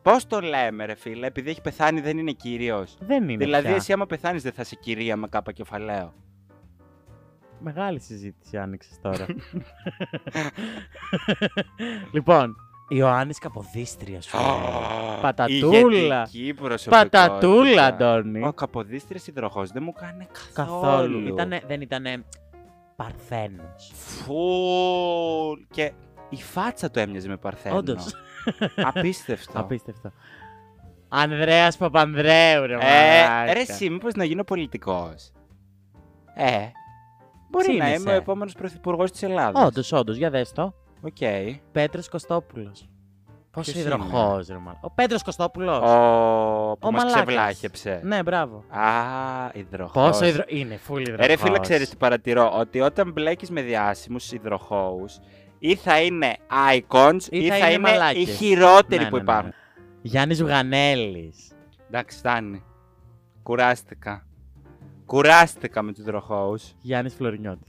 S1: Πώς το λέμε ρε φίλε, επειδή έχει πεθάνει δεν είναι κύριος.
S2: Δεν είναι
S1: δηλαδή
S2: πια.
S1: εσύ άμα πεθάνεις δεν θα είσαι κυρία με κάπα κεφαλαίο.
S2: Μεγάλη συζήτηση άνοιξες τώρα. λοιπόν, Ιωάννης Καποδίστριας σου. λέω. Πατατούλα.
S1: Ηγετική προσωπικότητα.
S2: Πατατούλα, Αντώνη.
S1: Ο Καποδίστριας υδροχός δεν μου κάνει καθόλου.
S2: Καθόλου. Ήτανε, δεν ήταν παρθένος.
S1: Φουλ. Και η φάτσα του έμοιαζε με παρθένο.
S2: Όντως.
S1: Απίστευτο.
S2: Απίστευτο. Ανδρέας Παπανδρέου, ρε
S1: Ε,
S2: μαλάκα.
S1: ρε εσύ, μήπως να γίνω πολιτικός. Ε, μπορεί να
S2: Ψήνεσαι.
S1: είμαι ο επόμενος πρωθυπουργός της Ελλάδας.
S2: Όντως, όντως, για δες το.
S1: Οκ.
S2: Πέτρος Κωστόπουλος. Πώς
S1: Ποιος
S2: υδροχός, ρε μαλάκα. Ο Πέτρος Κωστόπουλος.
S1: Ο που
S2: Ο
S1: μας
S2: μαλάκας.
S1: ξεβλάχεψε.
S2: Ναι, μπράβο.
S1: Α, υδροχός.
S2: Πόσο υδρο... Είναι, φουλ
S1: Ε,
S2: υδροχός.
S1: Ρε φίλε, ξέρεις τι παρατηρώ, ότι όταν μπλέκεις με διάσημους υδροχώους, ή θα είναι icons, ή, θα, είναι, οι
S2: μαλάκες.
S1: χειρότεροι
S2: Ναι,
S1: που
S2: ναι, ναι,
S1: υπάρχουν.
S2: ναι. Γιάννης Βουγανέλης.
S1: Εντάξει, φτάνει. Κουράστηκα. Κουράστηκα με τους υδροχώους.
S2: Γιάννης Φλωρινιώτης.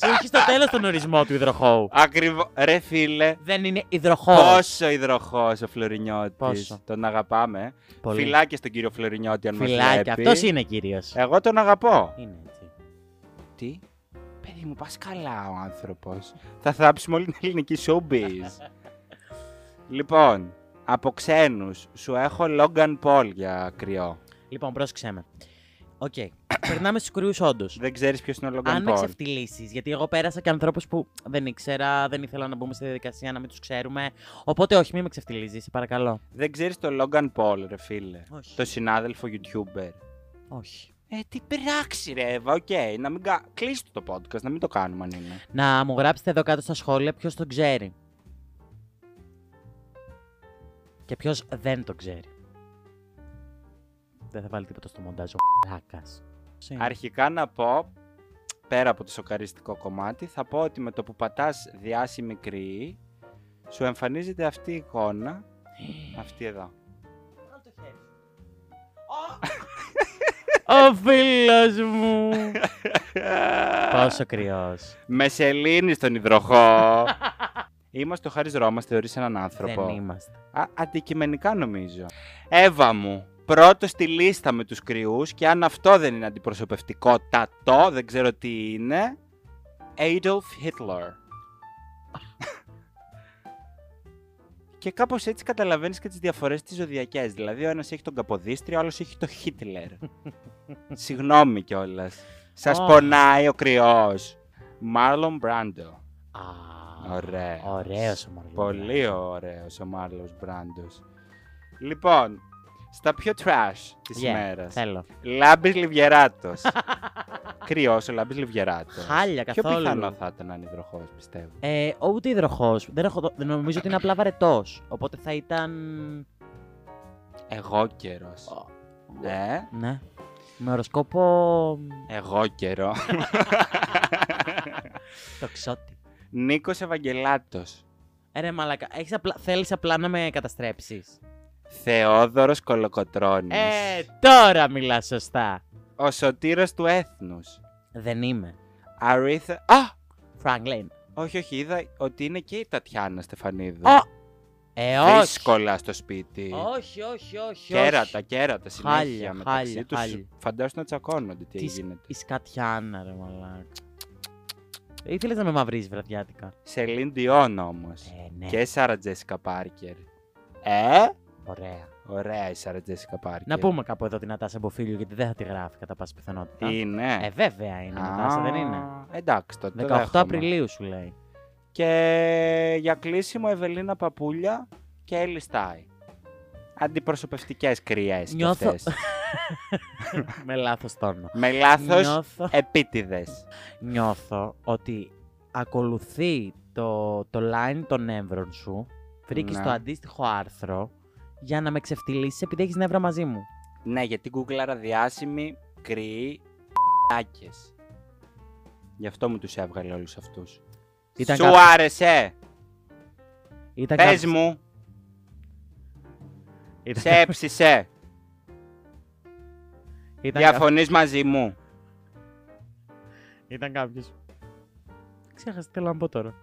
S2: Σου είχε στο τέλος τον ορισμό του υδροχώου.
S1: Ακριβώς. Ρε φίλε,
S2: Δεν είναι υδροχώος.
S1: πόσο υδροχός ο Φλωρινιώτης.
S2: Πόσο.
S1: Τον αγαπάμε.
S2: Πολύ.
S1: Φιλάκια στον κύριο Φλωρινιώτη, αν μας Ε.
S2: Φιλάκια.
S1: βλέπει.
S2: Αυτός είναι κύριος.
S1: Εγώ τον αγαπώ.
S2: Είναι έτσι.
S1: Τι? παιδί μου, πας καλά ο άνθρωπος. Θα θάψουμε όλη την ελληνική showbiz. λοιπόν, από ξένους, σου έχω Logan Paul για κρυό.
S2: Λοιπόν, πρόσεξε με. Οκ. Περνάμε στους κρυού, όντως.
S1: Δεν ξέρεις ποιος είναι ο Logan
S2: Αν με
S1: Paul.
S2: ξεφτυλίσεις, γιατί εγώ πέρασα και ανθρώπους που δεν ήξερα, δεν ήθελα να μπούμε στη διαδικασία να μην τους ξέρουμε. Οπότε όχι, μην με ξεφτυλίζεις, σε παρακαλώ.
S1: Δεν ξέρεις το Logan Paul, ρε φίλε.
S2: Όχι.
S1: Το συνάδελφο YouTuber.
S2: όχι.
S1: Ε, τι πειράξει, ρε Εύα, οκ. Να μην κα... Κλείστο το podcast, να μην το κάνουμε αν είναι.
S2: Να μου γράψετε εδώ κάτω στα σχόλια ποιος τον ξέρει. Και ποιος δεν τον ξέρει. Δεν θα βάλει τίποτα στο μοντάζ, ο χάκας. Ναι.
S1: Αρχικά να πω, πέρα από το σοκαριστικό κομμάτι, θα πω ότι με το που πατάς διάσημη κρυή, σου εμφανίζεται αυτή η εικόνα, αυτή εδώ.
S2: Ο φίλος μου! Πόσο κρυός.
S1: με σελήνη στον υδροχό. Είμαστε ο Χάρης Ρώμας, θεωρείς έναν άνθρωπο.
S2: Δεν είμαστε.
S1: Α, αντικειμενικά νομίζω. Εύα μου, πρώτο στη λίστα με τους κρυούς και αν αυτό δεν είναι αντιπροσωπευτικό τατό, δεν ξέρω τι είναι, Adolf Hitler. και κάπως έτσι καταλαβαίνεις και τις διαφορές τις ζωδιακές. Δηλαδή ο ένας έχει τον Καποδίστρια, ο άλλος έχει τον Χίτλερ. Συγγνώμη κιόλας. Σας
S2: Ω.
S1: πονάει ο κρυός. Μάρλον Μπράντο.
S2: Α,
S1: Ωραίος.
S2: ωραίος ο Μαργαρίτη.
S1: Πολύ ωραίος ο Μάρλος Μπράντος. Λοιπόν, στα πιο trash της
S2: Yeah,
S1: ημέρας.
S2: Θέλω.
S1: Λάμπης Λιβιεράτος. Κρυός ο Λάμπης Λιβιεράτος.
S2: Χάλια
S1: Πιο
S2: καθόλου.
S1: πιθανό θα ήταν αν υδροχός, πιστεύω.
S2: Ε, ούτε υδροχός. Δεν έχω, το- δεν νομίζω ότι είναι απλά βαρετός. Οπότε θα ήταν.
S1: Εγώ καιρός. Ε,
S2: Ναι. Με οροσκόπο.
S1: εγώ καιρό.
S2: Τοξότη.
S1: Νίκος Ευαγγελάτος.
S2: Ε, ρε μαλακα. Έχεις απλά... Θέλεις απλά να με καταστρέψεις.
S1: Θεόδωρος Κολοκοτρώνης.
S2: Ε, τώρα μιλάς σωστά.
S1: Ο Σωτήρος του Έθνους.
S2: Δεν είμαι.
S1: Αρίθα... Α!
S2: Franklin.
S1: Όχι, όχι, είδα ότι είναι και η Τατιάνα Στεφανίδου.
S2: Α, Ε, όχι.
S1: Δύσκολα στο σπίτι.
S2: Όχι, όχι, όχι.
S1: Κέρατα, κέρατα συνέχεια
S2: Χάλια, χάλια,
S1: μεταξύ τους.
S2: χάλια.
S1: Φαντάζομαι να τσακώνονται τι
S2: Της-
S1: γίνεται.
S2: Η Σκατιάνα, ρε μαλάκα. Ήθελες να με μαυρίζεις βραδιάτικα.
S1: Σελήν Διόν όμως.
S2: Ε, ναι.
S1: Και Σάρα Τζέσικα Πάρκερ. Ε,
S2: Ωραία.
S1: ωραία η Σάρα Τζέσικα Πάρκερ.
S2: Να πούμε κάπου εδώ την Ατάσα Μποφίλιο, γιατί δεν θα τη γράφει κατά πάσα πιθανότητα.
S1: Είναι.
S2: Ε, βέβαια είναι η Νατάσα, δεν είναι.
S1: Εντάξει, τότε
S2: 18
S1: το δέχομαι.
S2: Απριλίου σου λέει.
S1: Και για κλείσιμο Ευελίνα Παπούλια και Έλλη Στάι. Αντιπροσωπευτικές κρυές κι
S2: Νιώθω-
S1: αυτές.
S2: Με λάθος τόνο.
S1: Με λάθος
S2: Νιώθω,
S1: επίτηδες.
S2: νιώθω ότι ακολουθεί το, το line των νεύρων σου, βρήκες
S1: Ναι.
S2: το αντίστοιχο άρθρο για να με ξεφτυλίσεις επειδή έχεις νεύρα μαζί μου.
S1: Ναι, γιατί γκούγκλαρα διάσημοι κρυοί άκες. Γι' αυτό μου τους έβγαλε όλους αυτούς.
S2: Ήταν
S1: Σου
S2: κάποιος-
S1: άρεσε!
S2: Ήταν
S1: Πες
S2: κάποιος-
S1: μου,
S2: Ήταν,
S1: σε έψησε!
S2: ήταν, κάποιος-
S1: Διαφωνείς μαζί μου!
S2: ήταν κάποιος. Ξέχασα τι θέλω να πω τώρα.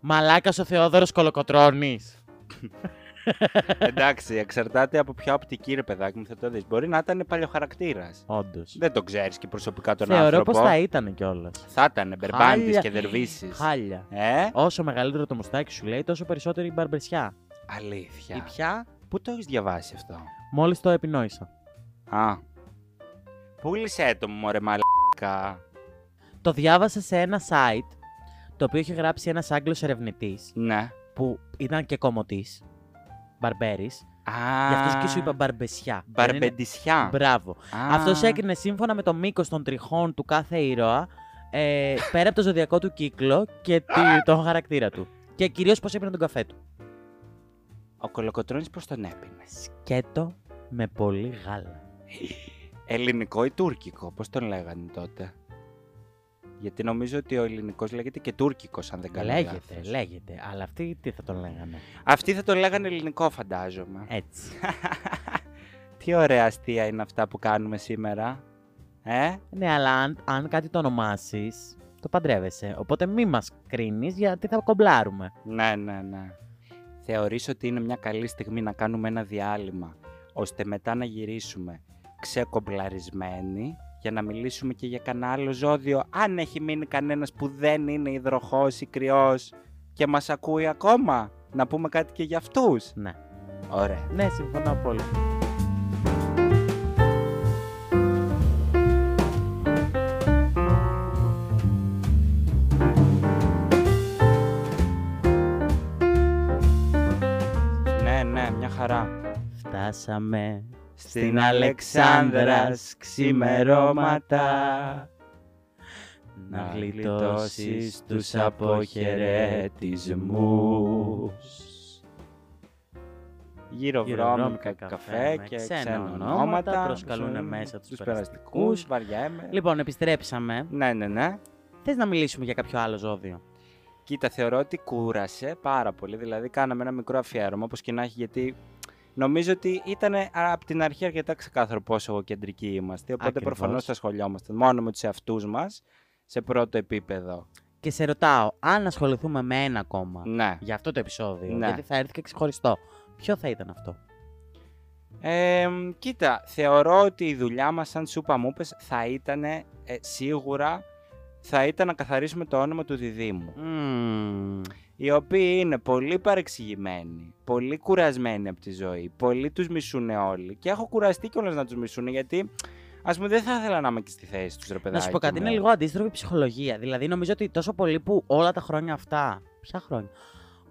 S2: Μαλάκας ο Θεόδωρος Κολοκοτρώνης.
S1: Εντάξει, εξαρτάται από ποια οπτική ρε παιδάκι μου θα το δεις. Μπορεί να ήταν παλιοχαρακτήρας.
S2: Όντως.
S1: Δεν το ξέρεις και προσωπικά τον
S2: Θεωρώ
S1: άνθρωπο.
S2: πως θα ήταν κιόλας.
S1: Θα ήταν μπερμπάντης
S2: Χάλια.
S1: και δερβίσεις.
S2: Χάλια.
S1: Ε,
S2: Όσο μεγαλύτερο το μουστάκι σου λέει, τόσο περισσότερη η μπαρμπεσιά.
S1: αλήθεια.
S2: Η πια,
S1: Πού το έχεις διαβάσει αυτό.
S2: μόλις το επινόησα.
S1: Α. Πούλησέ το μου, μωρέ μαλάκα.
S2: Το διάβασα σε ένα site το οποίο είχε γράψει ένας Άγγλος ερευνητής
S1: Ναι.
S2: που ήταν και κομμωτής. Μπαρμπέρι.
S1: Α,
S2: Γι' αυτό και σου είπα μπαρμπεσιά. Δεν είναι-
S1: Μπαρμπεντισιά.
S2: Μπράβο.
S1: Α,
S2: Αυτός έκρινε σύμφωνα με το μήκος των τριχών του κάθε ήρωα ε, πέρα από το ζωδιακό του κύκλο και τη- τον χαρακτήρα του. Και κυρίως πώς έπαιρνε τον καφέ του.
S1: Ο Κολοκοτρώνης πώς τον έπινε.
S2: Σκέτο με πολύ γάλα.
S1: Ελληνικό ή τουρκικό, πώς τον λέγανε τότε. Γιατί νομίζω ότι ο ελληνικός λέγεται και τουρκικός, αν δεν κάνω
S2: Λέγεται,
S1: λάθος.
S2: λέγεται. Αλλά αυτοί τι θα τον λέγανε.
S1: Αυτοί θα τον λέγανε ελληνικό, φαντάζομαι.
S2: Έτσι.
S1: Τι ωραία αστεία είναι αυτά που κάνουμε σήμερα. Ε,
S2: Ναι, αλλά αν, αν κάτι το ονομάσεις, το παντρεύεσαι. Οπότε μη μας κρίνεις γιατί θα κομπλάρουμε.
S1: ναι, ναι, ναι. Θεωρείς ότι είναι μια καλή στιγμή να κάνουμε ένα διάλειμμα, ώστε μετά να γυρίσουμε ξεκομπλαρισμένοι για να μιλήσουμε και για κανένα άλλο ζώδιο, αν έχει μείνει κανένας που δεν είναι υδροχός ή κρυός και μας ακούει ακόμα, να πούμε κάτι και για αυτούς.
S2: Ναι.
S1: Ωραία.
S2: Ναι, συμφωνώ απόλυτα.
S1: Ναι, ναι, μια χαρά.
S2: Φτάσαμε
S1: Στην Αλεξάνδρας ξημερώματα
S2: να γλιτώσεις τους αποχαιρετισμούς.
S1: Γύρω βρώμικα καφέ και ξένα ονόματα
S2: προσκαλούν
S1: Τους-
S2: μέσα τους
S1: τους
S2: περαστικούς.
S1: περαστικούς, βαριέμαι.
S2: Λοιπόν, επιστρέψαμε.
S1: Ναι, ναι, ναι.
S2: Θες να μιλήσουμε για κάποιο άλλο ζώδιο.
S1: Κοίτα, θεωρώ ότι κούρασε πάρα πολύ. Δηλαδή, κάναμε ένα μικρό αφιέρωμα, όπως και να έχει, γιατί νομίζω ότι ήταν από την αρχή αρκετά ξεκάθαρο πόσο κεντρικοί είμαστε. Οπότε
S2: Ακριβώς.
S1: προφανώς θα ασχολιόμαστε μόνο με τους εαυτούς μας σε πρώτο επίπεδο.
S2: Και σε ρωτάω, αν ασχοληθούμε με ένα ακόμα
S1: Ναι.
S2: για αυτό το επεισόδιο,
S1: Ναι.
S2: γιατί θα έρθει και ξεχωριστό, ποιο θα ήταν αυτό.
S1: Ε, κοίτα, θεωρώ ότι η δουλειά μας σαν σούπα μούπες θα ήταν ε, σίγουρα θα ήταν να καθαρίσουμε το όνομα του διδήμου.
S2: Μμμ.
S1: οι οποίοι είναι πολύ παρεξηγημένοι, πολύ κουρασμένοι από τη ζωή, πολύ τους μισούν όλοι και έχω κουραστεί κιόλας να τους μισούν γιατί ας πούμε δεν θα ήθελα να είμαι και στη θέση τους ρε παιδάκι
S2: Να σου πω κάτι,
S1: μου.
S2: είναι λίγο αντίστροφη ψυχολογία. Δηλαδή, νομίζω ότι τόσο πολύ που όλα τα χρόνια αυτά. Ποια χρόνια.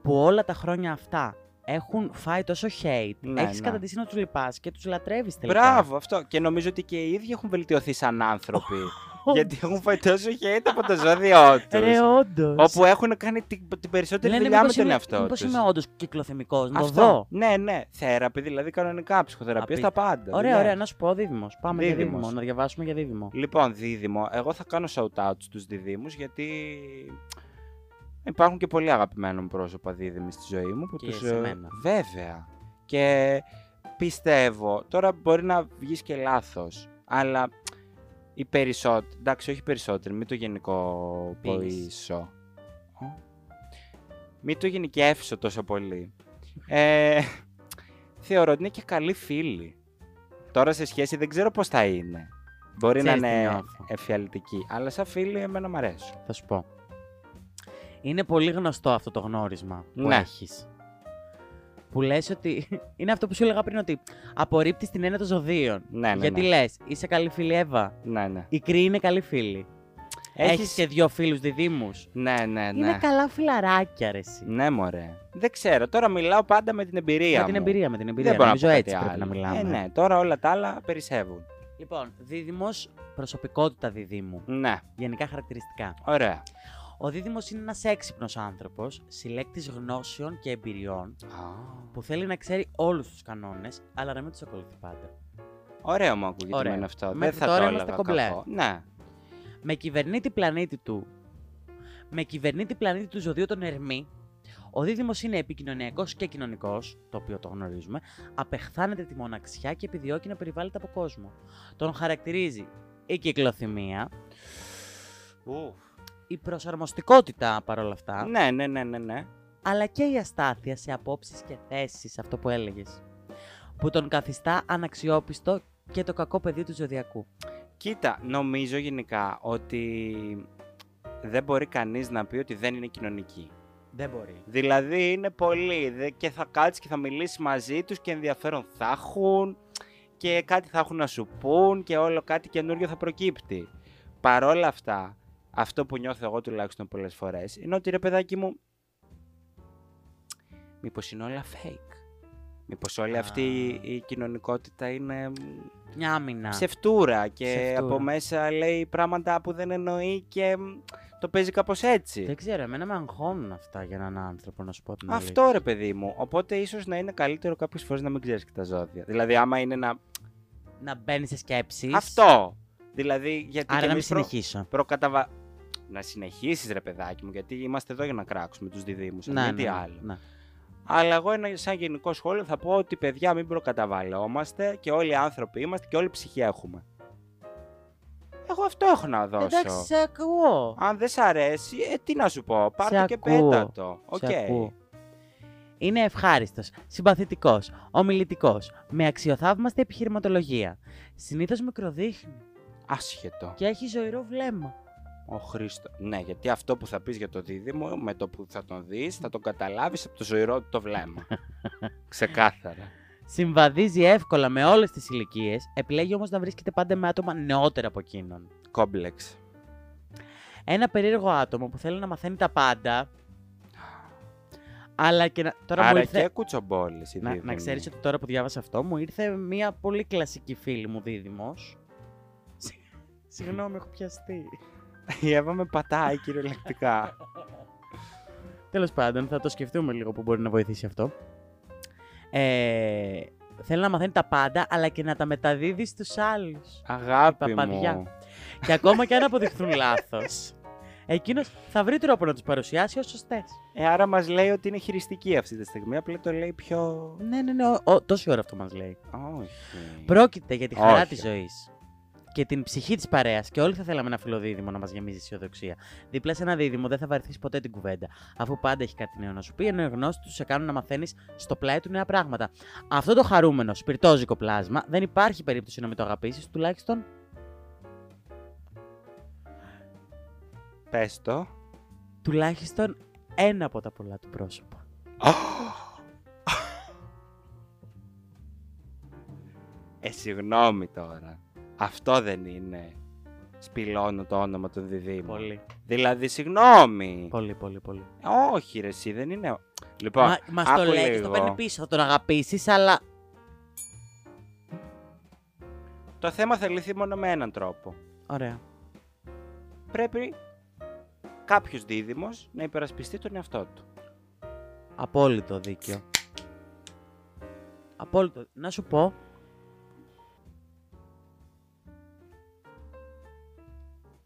S2: Που όλα τα χρόνια αυτά έχουν φάει τόσο hate.
S1: Ναι,
S2: έχεις
S1: ναι.
S2: καταντήσει να τους λυπάς και τους λατρεύεις τελικά.
S1: Μπράβο αυτό και νομίζω ότι και οι ίδιοι έχουν βελτιωθεί σαν άνθρωποι γιατί έχουν φάει τόσο hate από το ζώδιό
S2: Ρε,
S1: τους
S2: όντως.
S1: όπου έχουν κάνει την, την περισσότερη δουλειά με τον εαυτό
S2: Μήπως
S1: τους.
S2: είμαι όντως κυκλοθυμικός, να το
S1: Αυτό.
S2: δω.
S1: Ναι, ναι. Θέραπη, δηλαδή κανονικά ψυχοθεραπεία στα
S2: Απίθανο.
S1: πάντα. δηλαδή.
S2: Ωραία, ναι,
S1: δουλειές.
S2: ωραία, να σου πω δίδυμος. Πάμε για
S1: Δίδυμος.
S2: δίδυμο, να διαβάσουμε για δίδυμο.
S1: Λοιπόν, δίδυμο, εγώ θα κάνω shout-out στους διδήμους γιατί υπάρχουν και πολύ αγαπημένα μου πρόσωπα δίδυμοι στη ζωή μου. Που
S2: Και
S1: τους,
S2: σε
S1: ε,
S2: μένα.
S1: Βέβαια. Και πιστεύω, τώρα μπορεί να βγεις και λάθος, αλλά οι περισσότεροι, εντάξει όχι οι περισσότεροι, μην το γενικό ποήσω. Μην το γενικεύσω τόσο πολύ. Ε, θεωρώ ότι είναι και καλοί φίλοι. Τώρα σε σχέση δεν ξέρω πώς θα είναι. Μπορεί
S2: Ξέρεις
S1: να
S2: τι
S1: είναι
S2: νιώθω.
S1: εφιαλτική, αλλά σαν φίλοι εμένα μ' αρέσουν.
S2: Θα σου πω. Είναι πολύ γνωστό αυτό το γνώρισμα που
S1: Ναι.
S2: έχεις. Που λες ότι. Είναι αυτό που σου έλεγα πριν, ότι απορρίπτεις την έννοια των ζωδίων.
S1: Ναι, ναι,
S2: Γιατί
S1: ναι.
S2: λες, είσαι καλή φίλη Εύα.
S1: Ναι, ναι.
S2: Η κρύη είναι καλή φίλη. Έχεις, και δύο φίλους διδήμους.
S1: Ναι, ναι, ναι.
S2: Είναι καλά φιλαράκια, ρε. εσύ.
S1: Ναι, μωρέ. Δεν ξέρω. Τώρα μιλάω πάντα με την εμπειρία.
S2: Με την
S1: μου.
S2: εμπειρία, με την εμπειρία.
S1: Δεν μπορώ να
S2: Νομίζω
S1: πω κάτι
S2: έτσι πρέπει
S1: άλλο.
S2: να μιλάμε.
S1: Ε, ναι, τώρα όλα τα άλλα περισσεύουν.
S2: Λοιπόν, δίδυμος, προσωπικότητα δίδυμου.
S1: Ναι,
S2: Γενικά χαρακτηριστικά.
S1: ωραία.
S2: Ο δίδυμος είναι ένας έξυπνος άνθρωπος, συλλέκτης γνώσεων και εμπειριών, που θέλει να ξέρει όλους τους κανόνες, αλλά να μην τους ακολουθεί πάντα.
S1: Ωραίο μου ακούγεται
S2: Ωραίο.
S1: εμένα αυτό.
S2: Μέχρι
S1: Δεν θα
S2: τώρα
S1: το
S2: είμαστε
S1: έλεγα
S2: κομπλέ.
S1: κακό. Ναι.
S2: Με κυβερνήτη πλανήτη του. Με κυβερνήτη πλανήτη του ζωδίου τον Ερμή. Ο δίδυμος είναι επικοινωνιακός και κοινωνικός, το οποίο το γνωρίζουμε. Απεχθάνεται τη μοναξιά και επιδιώκει να περιβάλλεται από κόσμο. Τον χαρακτηρίζει η κυκλοθυμία, η προσαρμοστικότητα παρόλα αυτά,
S1: Ναι, ναι, ναι, ναι, ναι.
S2: αλλά και η αστάθεια σε απόψεις και θέσεις, αυτό που έλεγες, που τον καθιστά αναξιόπιστο και το κακό παιδί του ζωδιακού.
S1: Κοίτα, νομίζω γενικά ότι δεν μπορεί κανείς να πει ότι δεν είναι κοινωνική.
S2: Δεν μπορεί.
S1: Δηλαδή είναι πολλοί δε- και θα κάτσεις και θα μιλήσεις μαζί τους και ενδιαφέρον θα έχουν και κάτι θα έχουν να σου πούν και όλο κάτι καινούριο θα προκύπτει. Παρόλα αυτά, αυτό που νιώθω εγώ τουλάχιστον πολλές φορές είναι ότι ρε παιδάκι μου, μήπως είναι όλα fake. Μήπως όλη
S2: Α.
S1: αυτή η- η κοινωνικότητα είναι μ,
S2: Μια άμυνα.
S1: ψευτούρα και
S2: Ψευτούρα.
S1: από μέσα λέει πράγματα που δεν εννοεί και μ, το παίζει κάπως έτσι.
S2: Δεν ξέρω, εμένα με αγχώνουν αυτά για έναν άνθρωπο, να σου πω την αλήθεια.
S1: Αυτό ρε παιδί μου. Οπότε ίσως να είναι καλύτερο κάποιες φορές να μην ξέρεις και τα ζώδια. Δηλαδή, άμα είναι να.
S2: Να μπαίνεις σε σκέψεις,
S1: Αυτό! Δηλαδή, γιατί.
S2: άρα
S1: και
S2: να μην
S1: εμείς προ-
S2: συνεχίσω.
S1: προκαταβα... Να συνεχίσεις, ρε παιδάκι μου, γιατί είμαστε εδώ για να κράξουμε τους διδήμου. Ναι, τι άλλο.
S2: ναι.
S1: Αλλά εγώ, ένα, σαν γενικό σχόλιο, θα πω ότι παιδιά, μην προκαταβαλλόμαστε και όλοι οι άνθρωποι είμαστε και όλοι ψυχή έχουμε. Εγώ αυτό έχω να δώσω.
S2: Εντάξει, σε ακούω.
S1: Αν δεν σ' αρέσει, ε, τι να σου πω. Πάρ' το και
S2: ακούω.
S1: πέτα το.
S2: Σε
S1: Οκ.
S2: ακούω. Είναι ευχάριστος, συμπαθητικός, ομιλητικός, με αξιοθαύμαστη επιχειρηματολογία. Συνήθως μικροδείχνει.
S1: Άσχετο.
S2: και έχει ζωηρό βλέμμα.
S1: Ο Χρήστο. Ναι, γιατί αυτό που θα πεις για το δίδυμο, με το που θα τον δεις, θα τον καταλάβεις από το ζωηρό του το βλέμμα. Ξεκάθαρα.
S2: Συμβαδίζει εύκολα με όλες τις ηλικίες, επιλέγει όμως να βρίσκεται πάντα με άτομα νεότερα από εκείνον.
S1: Κόμπλεξ.
S2: Ένα περίεργο άτομο που θέλει να μαθαίνει τα πάντα. Αλλά και να. Τώρα μου
S1: Άρα
S2: ήρθε.
S1: και κουτσομπόλη.
S2: Να, να ξέρεις ότι τώρα που διάβασα αυτό, μου ήρθε μία πολύ κλασική φίλη μου δίδυμος. Συγγνώμη, έχω πιαστεί.
S1: Η Εύα με πατάει κυριολεκτικά.
S2: Τέλος πάντων, θα το σκεφτούμε λίγο που μπορεί να βοηθήσει αυτό. Ε, θέλει να μαθαίνει τα πάντα, αλλά και να τα μεταδίδει στους άλλους.
S1: Αγάπη
S2: Η παπαδιά.
S1: μου.
S2: Και ακόμα και αν αποδειχθούν λάθος, εκείνος θα βρει τρόπο να τους παρουσιάσει ως σωστές.
S1: Ε, άρα μας λέει ότι είναι χειριστική αυτή τη στιγμή, απλά το λέει πιο...
S2: Ναι, ναι, ναι. ο- ο- τόση ώρα αυτό μας λέει.
S1: Όχι.
S2: Πρόκειται για τη χαρά
S1: Όχι.
S2: της ζωής και την ψυχή της παρέας. Και όλοι θα θέλαμε ένα φιλοδίδυμο να μας γεμίζει αισιοδοξία. Δίπλα σε ένα δίδυμο δεν θα βαρεθείς ποτέ την κουβέντα, αφού πάντα έχει κάτι νέο να σου πει, ενώ οι γνώσεις τους σε κάνουν να μαθαίνεις στο πλάι του νέα πράγματα. Αυτό το χαρούμενο σπιρτόζικο πλάσμα δεν υπάρχει περίπτωση να μην το αγαπήσεις, τουλάχιστον
S1: Πες το.
S2: τουλάχιστον ένα από τα πολλά του πρόσωπα.
S1: Ε, συγγνώμη τώρα. Αυτό δεν είναι σπηλώνω το όνομα των διδήμων.
S2: Πολύ,
S1: Δηλαδή, συγγνώμη.
S2: πολύ, πολύ, πολύ.
S1: Όχι ρε, εσύ δεν είναι... Λοιπόν,
S2: Μα μας το
S1: άκου
S2: λέει και
S1: λίγο.
S2: το παίρνει πίσω. Θα τον αγαπήσεις, αλλά.
S1: το θέμα θα λυθεί μόνο με έναν τρόπο.
S2: Ωραία.
S1: Πρέπει κάποιος δίδυμος να υπερασπιστεί τον εαυτό του.
S2: Απόλυτο δίκιο. Απόλυτο. Να σου πω.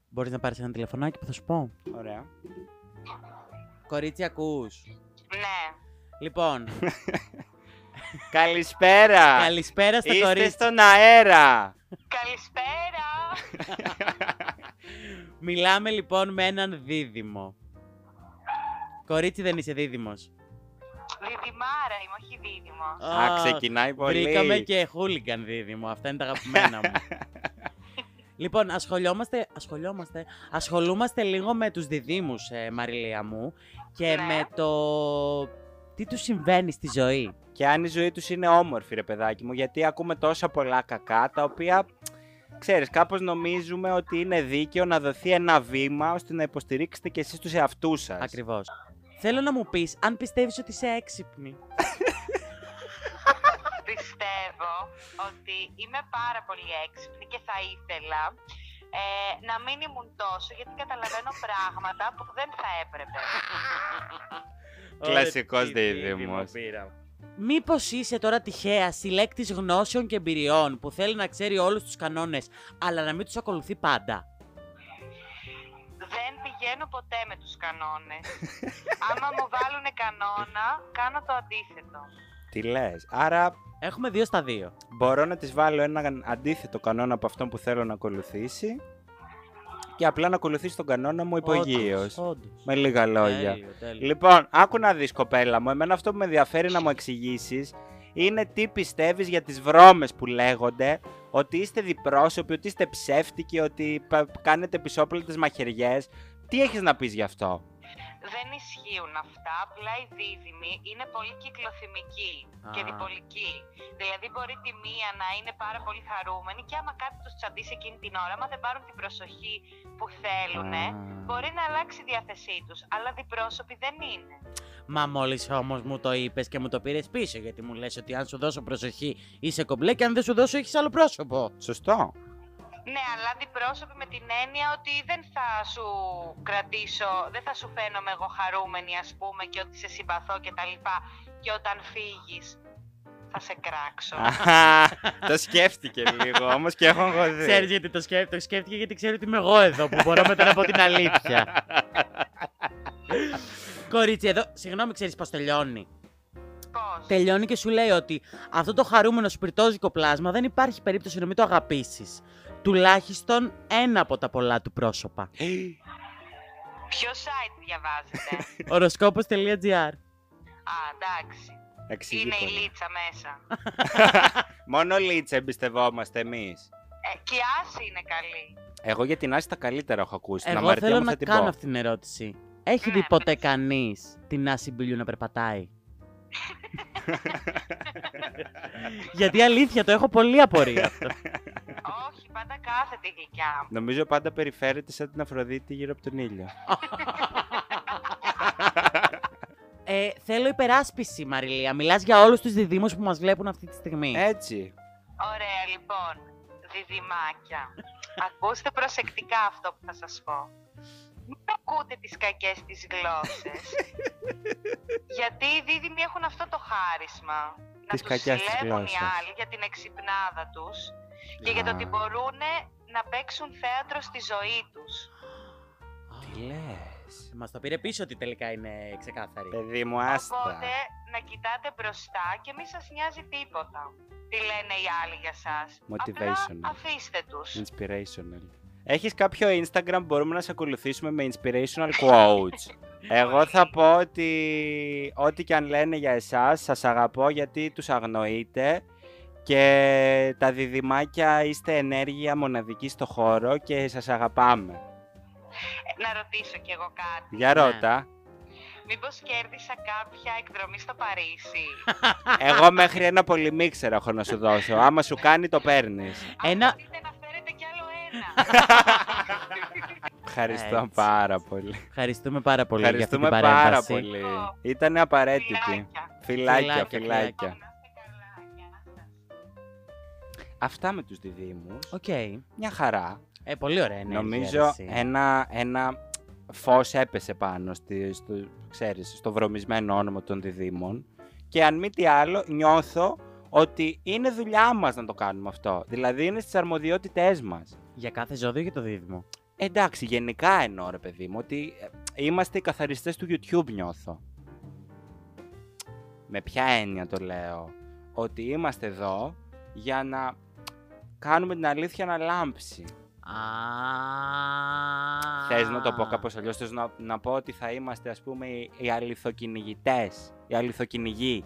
S2: Μπορείς να πάρεις ένα τηλεφωνάκι που θα σου πω.
S1: Ωραία.
S2: Κορίτσι, ακούς.
S4: Ναι.
S2: Λοιπόν,
S1: Καλησπέρα!
S2: καλησπέρα στα
S1: Είστε
S2: κορίτσια.
S1: στον αέρα!
S4: Καλησπέρα.
S2: Μιλάμε λοιπόν με έναν δίδυμο. Κορίτσι, δεν είσαι δίδυμος.
S4: Διδυμάρα είμαι, όχι δίδυμος.
S1: Α,
S2: Αχ,
S1: ξεκινάει πολύ.
S2: Βρήκαμε και χούλιγκαν δίδυμο. Αυτά είναι τα αγαπημένα μου. λοιπόν, ασχολιόμαστε, ασχολιόμαστε, ασχολούμαστε λίγο με τους διδήμους, ε, Μαριλία μου, και
S4: Ναι.
S2: με το τι τους συμβαίνει στη ζωή.
S1: Και αν η ζωή τους είναι όμορφη, ρε παιδάκι μου, γιατί ακούμε τόσα πολλά κακά, τα οποία, ξέρεις, κάπως νομίζουμε ότι είναι δίκαιο να δοθεί ένα βήμα, ώστε να υποστηρίξετε και εσείς τους εαυτούς σας.
S2: Ακριβώς. Θέλω να μου πεις αν πιστεύεις ότι είσαι έξυπνη.
S4: Πιστεύω ότι είμαι πάρα πολύ έξυπνη και θα ήθελα ε, να μην ήμουν τόσο γιατί καταλαβαίνω πράγματα που δεν θα έπρεπε.
S1: Κλασικός
S2: Ωραία, τι
S1: δίδυμος.
S2: πήρα. Μήπως είσαι τώρα τυχαία συλλέκτης γνώσεων και εμπειριών που θέλει να ξέρει όλους τους κανόνες, αλλά να μην τους ακολουθεί πάντα.
S4: Δεν πηγαίνω ποτέ με τους κανόνες. Άμα μου βάλουνε κανόνα, κάνω το αντίθετο.
S1: Τι λες. Άρα
S2: Έχουμε δύο στα δύο.
S1: μπορώ να της βάλω έναν αντίθετο κανόνα από αυτόν που θέλω να ακολουθήσει και απλά να ακολουθήσει τον κανόνα μου υπογείως.
S2: Όντως.
S1: Με λίγα λόγια.
S2: Τέλειο, τέλειο.
S1: Λοιπόν, άκου να δεις κοπέλα μου, εμένα αυτό που με ενδιαφέρει να μου εξηγήσεις είναι τι πιστεύεις για τις βρώμες που λέγονται, ότι είστε διπρόσωποι, ότι είστε ψεύτικοι, ότι πα- κάνετε πισόπλητες μαχαιριές. Τι έχεις να πεις γι' αυτό.
S4: Δεν ισχύουν αυτά, απλά οι δίδυμοι είναι πολύ κυκλοθυμικοί και
S2: Α.
S4: διπολικοί. Δηλαδή μπορεί τη μία να είναι πάρα πολύ χαρούμενη και άμα κάτι τους τσαντήσει εκείνη την ώρα, άμα δεν πάρουν την προσοχή που
S2: Ε,
S4: θέλουν,
S2: ναι.
S4: μπορεί να αλλάξει η διάθεσή τους, αλλά διπρόσωποι δεν είναι.
S2: Μα μόλις όμως μου το είπες και μου το πήρες πίσω, γιατί μου λες ότι αν σου δώσω προσοχή είσαι κομπλέ και αν δεν σου δώσω έχεις άλλο πρόσωπο.
S1: Σωστό.
S4: Ναι, αλλά διπρόσωποι με την έννοια ότι δεν θα σου κρατήσω, δεν θα σου φαίνομαι εγώ χαρούμενη ας πούμε και ότι σε συμπαθώ και τα λοιπά και όταν φύγεις θα σε κράξω.
S1: Αχα, το σκέφτηκε λίγο, όμως και έχω δει.
S2: Ξέρεις γιατί το σκέφτηκε, σκέφτηκε γιατί ξέρει ότι είμαι εγώ εδώ που μπορώ μετά να πω την αλήθεια. Κορίτσι, εδώ, συγγνώμη, ξέρεις πώς τελειώνει.
S4: Πώς?
S2: Τελειώνει και σου λέει ότι αυτό το χαρούμενο σπιρτόζικο πλάσμα δεν υπάρχει περίπτωση να μην το αγαπήσεις. Τουλάχιστον ένα από τα πολλά του πρόσωπα.
S4: Ποιο site διαβάζετε.
S2: Οροσκόπο.gr
S4: Α, εντάξει.
S1: Εξηγεί
S4: Είναι η
S1: πολύ.
S4: Λίτσα μέσα.
S1: Μόνο λίτσα εμπιστευόμαστε εμείς.
S4: Ε, Και η Άση είναι καλή.
S1: Εγώ για την Άση τα καλύτερα έχω ακούσει. να
S2: Εγώ
S1: μαρτύρω
S2: θέλω
S1: μου
S2: να
S1: θα την
S2: κάνω
S1: πω.
S2: αυτή την ερώτηση. Έχει
S4: Ναι,
S2: δει ποτέ
S4: πες.
S2: κανείς την Άση Μπιλιού να περπατάει. Γιατί αλήθεια, το έχω πολύ απορία αυτό.
S4: Όχι, πάντα κάθεται η γλυκιά μου.
S1: Νομίζω πάντα περιφέρεται σαν την Αφροδίτη γύρω από τον ήλιο.
S2: Ε, θέλω υπεράσπιση, Μαριλία. Μιλάς για όλους τους διδήμου που μας βλέπουν αυτή τη στιγμή.
S1: Έτσι.
S4: Ωραία, λοιπόν. Διδυμάκια. Ακούστε προσεκτικά αυτό που θα σας πω. Μην ακούτε τις κακές τις γλώσσες. γιατί οι δίδυμοι έχουν αυτό το χάρισμα.
S1: Τις
S4: να τους
S1: κακές τις
S4: συλλέγουν οι
S1: γλώσσες.
S4: άλλοι για την εξυπνάδα τους και για το
S1: Α.
S4: ότι μπορούν να παίξουν θέατρο στη ζωή τους.
S1: Τι λες.
S2: Μας το πήρε πίσω ότι τελικά είναι ξεκάθαρη.
S1: Παιδί μου, άστα.
S4: Οπότε να κοιτάτε μπροστά και μη σας νοιάζει τίποτα. Τι λένε οι άλλοι για σας.
S1: Motivational.
S4: Απλά αφήστε τους.
S1: Inspirational. Έχεις κάποιο Instagram που μπορούμε να σε ακολουθήσουμε με inspirational quotes. Εγώ θα πω ότι ό,τι και αν λένε για εσάς, σας αγαπώ γιατί τους αγνοείτε και τα διδυμάκια είστε ενέργεια μοναδική στο χώρο και σας αγαπάμε.
S4: Ε, Να ρωτήσω κι εγώ κάτι.
S1: Για
S2: Ναι.
S1: ρώτα.
S4: Μήπως κέρδισα κάποια εκδρομή στο Παρίσι.
S1: Εγώ μέχρι ένα πολυμίξερ έχω να σου δώσω. Άμα σου κάνει το παίρνεις.
S2: Ένα-
S4: Αν μπορείτε να φέρετε κι άλλο ένα.
S1: Ευχαριστώ
S2: Έτσι.
S1: πάρα πολύ.
S2: Ευχαριστούμε πάρα πολύ
S1: Ευχαριστούμε
S2: για αυτή την
S1: πάρα
S2: παρέμβαση.
S1: πολύ. Ήταν απαραίτητη.
S4: Φιλάκια.
S1: Φιλάκια,
S2: Φιλάκια,
S1: φιλάκια.
S4: Να είστε καλά. Γεια σας.
S1: Αυτά με τους διδήμους.
S2: Οκ.
S1: Μια χαρά.
S2: Ε, πολύ ωραία είναι.
S1: Νομίζω ένα, ένα φως έπεσε πάνω στη, στο, ξέρεις, στο βρωμισμένο όνομα των διδήμων. Και αν μη τι άλλο, νιώθω ότι είναι δουλειά μας να το κάνουμε αυτό. Δηλαδή είναι στις αρμοδιότητές μας.
S2: Για κάθε ζώδιο για το δίδυμο.
S1: Εντάξει, γενικά εννοώ ρε παιδί μου ότι ε, είμαστε οι καθαριστές του YouTube νιώθω. Με ποια έννοια το λέω. Ότι είμαστε εδώ για να κάνουμε την αλήθεια να λάμψει.
S2: Α.
S1: Θες να το πω κάπως αλλιώς. Θες να, να πω ότι θα είμαστε, ας πούμε, οι, οι αληθοκυνηγητές, οι αληθοκυνηγοί.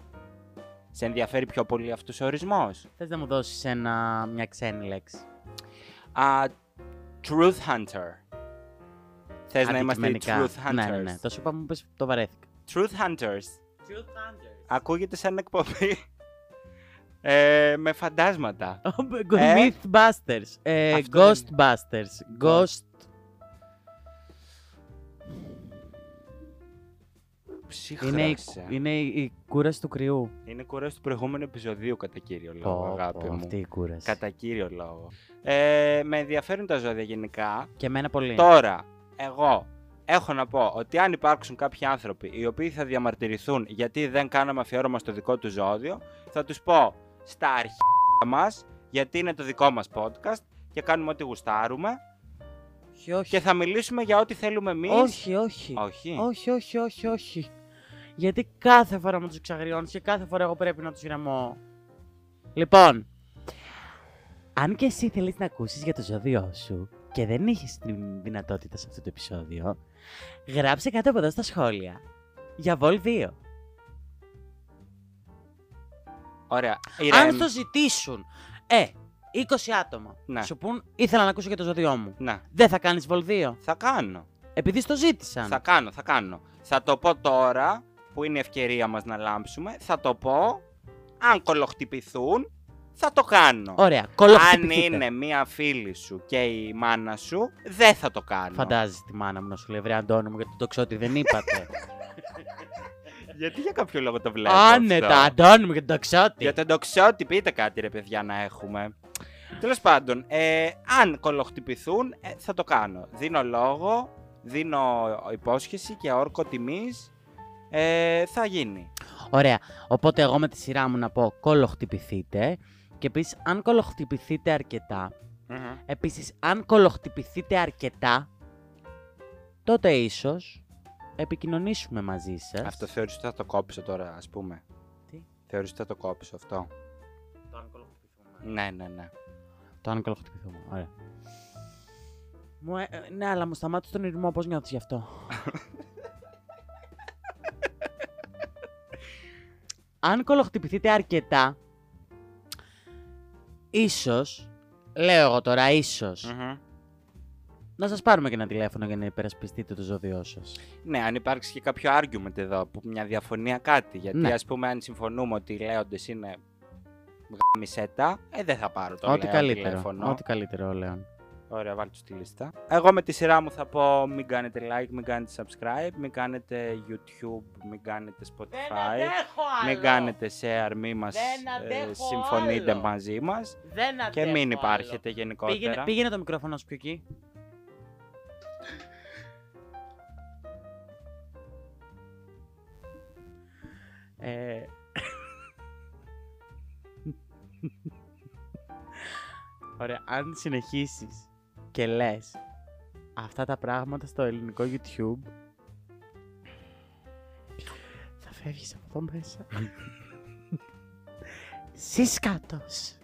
S1: Σε ενδιαφέρει πιο πολύ αυτός ο ορισμός.
S2: Θες να μου δώσεις ένα... μια ξένη λέξη.
S1: truth hunter. Θες να είμαστε οι
S2: Αντικειμενικά.
S1: truth hunters.
S2: Ναι, ναι, ναι. Το σου είπα, μου πες, το βαρέθηκα.
S1: Truth hunters.
S2: Truth Hunters.
S1: Ακούγεται σαν εκπομπή ε, με φαντάσματα. Ε?
S2: Mythbusters. Ε,
S1: Αυτό δεν
S2: Ghostbusters. Ghost. Είναι η,
S1: Ψύχραξε. Είναι,
S2: είναι η η κούραση του κρυού.
S1: είναι κουρέας του προηγούμενου επεισοδίου κατά κύριο λόγο,
S2: Πω,
S1: αγάπη
S2: πω,
S1: μου.
S2: αυτή η κούραση.
S1: Κατά κύριο λόγο. Ε, με ενδιαφέρουν τα ζώδια γενικά.
S2: Και εμένα πολύ.
S1: Τώρα, εγώ έχω να πω ότι αν υπάρξουν κάποιοι άνθρωποι οι οποίοι θα διαμαρτυρηθούν γιατί δεν κάναμε αφιέρωμα στο δικό του ζώδιο, θα τους πω στα αρχεία μας, γιατί είναι το δικό μας podcast και κάνουμε ό,τι γουστάρουμε
S2: Όχι, όχι.
S1: και θα μιλήσουμε για ό,τι θέλουμε εμείς.
S2: όχι, όχι.
S1: Όχι.
S2: Όχι, όχι, όχι, όχι. Γιατί κάθε φορά μου τους ξαγριώνεις και κάθε φορά εγώ πρέπει να τους ηρεμώ. Λοιπόν, αν και εσύ θέλεις να ακούσεις για το ζώδιό σου και δεν είχες την δυνατότητα σε αυτό το επεισόδιο, γράψε κάτω από εδώ στα σχόλια. Για Vol 2.
S1: Ωραία.
S2: Αν
S1: Ηρέμ.
S2: το ζητήσουν, ε, 20 άτομα,
S1: Ναι.
S2: σου πούν ήθελα να ακούσω για το ζώδιό μου.
S1: Να,
S2: Δεν θα κάνεις Vol 2,
S1: Ναι. θα κάνω.
S2: επειδή στο ζήτησαν.
S1: Θα κάνω, θα κάνω. Θα το πω τώρα, που είναι η ευκαιρία μας να λάμψουμε, θα το πω, αν κολοχτυπηθούν, θα το κάνω.
S2: Ωραία,
S1: Αν
S2: κολοχτυπηθείτε.
S1: είναι μία φίλη σου και η μάνα σου, δεν θα το κάνω.
S2: Φαντάζεσαι τη μάνα μου να σου λέει Βρε Αντώνη μου γιατί το ξέρω ότι δεν είπατε.
S1: Γιατί για κάποιο λόγο το βλέπω
S2: Άνετα,
S1: αυτό.
S2: Αντώνη μου γιατί το ξέρω ότι.
S1: Για τον τοξότη πείτε κάτι ρε παιδιά να έχουμε. Τέλος πάντων, ε, αν κολοχτυπηθούν ε, θα το κάνω. Δίνω λόγο, δίνω υπόσχεση και όρκο τιμής. Ε, θα γίνει.
S2: Ωραία. Οπότε εγώ με τη σειρά μου να πω κολοχτυπηθείτε. Και επίσης, αν κολοχτυπηθείτε αρκετά. Επίσης, αν κολοχτυπηθείτε αρκετά, τότε ίσως επικοινωνήσουμε μαζί σας.
S1: Αυτό θεωρείς ότι θα το κόψω τώρα ας πούμε.
S2: Τι?
S1: Θεωρείς ότι θα το κόψω αυτό. Ναι, ναι, ναι.
S2: Το αν κολοχτυπηθούμε. Ωραία. Μου, ε, ε, ναι, αλλά μου σταμάτησε τον ηρμό. Πώς νιώθεις γι' αυτό. αν κολοχτυπηθείτε αρκετά, ίσως Λέω εγώ τώρα, ίσως.
S1: Μμμ.
S2: Να σας πάρουμε και ένα τηλέφωνο για να υπερασπιστείτε το ζώδιό σας.
S1: Ναι, αν υπάρξει και κάποιο argument εδώ, που μια διαφωνία κάτι. Γιατί
S2: Ναι.
S1: ας πούμε, αν συμφωνούμε ότι οι λέοντες είναι γαμισέτα, ε, δεν θα πάρω το
S2: Ό,τι
S1: λέω
S2: καλύτερο.
S1: τηλέφωνο.
S2: Ό,τι καλύτερο, Λέων.
S1: Ωραία, βάλτε στη λίστα. Εγώ με τη σειρά μου θα πω μην κάνετε like, μην κάνετε subscribe, μην κάνετε YouTube, μην κάνετε Spotify, μην κάνετε share, μην μας
S2: Δεν
S1: ε,
S2: αντέχω
S1: συμφωνείτε
S2: άλλο.
S1: μαζί μας
S2: Δεν
S1: και μην υπάρχετε γενικότερα.
S2: Πήγαινε, πήγαινε το μικρόφωνο σου πιο εκεί. Ε, Ωραία, αν συνεχίσεις και λες αυτά τα πράγματα στο ελληνικό YouTube θα φεύγεις από εδώ μέσα. Σύσκατος!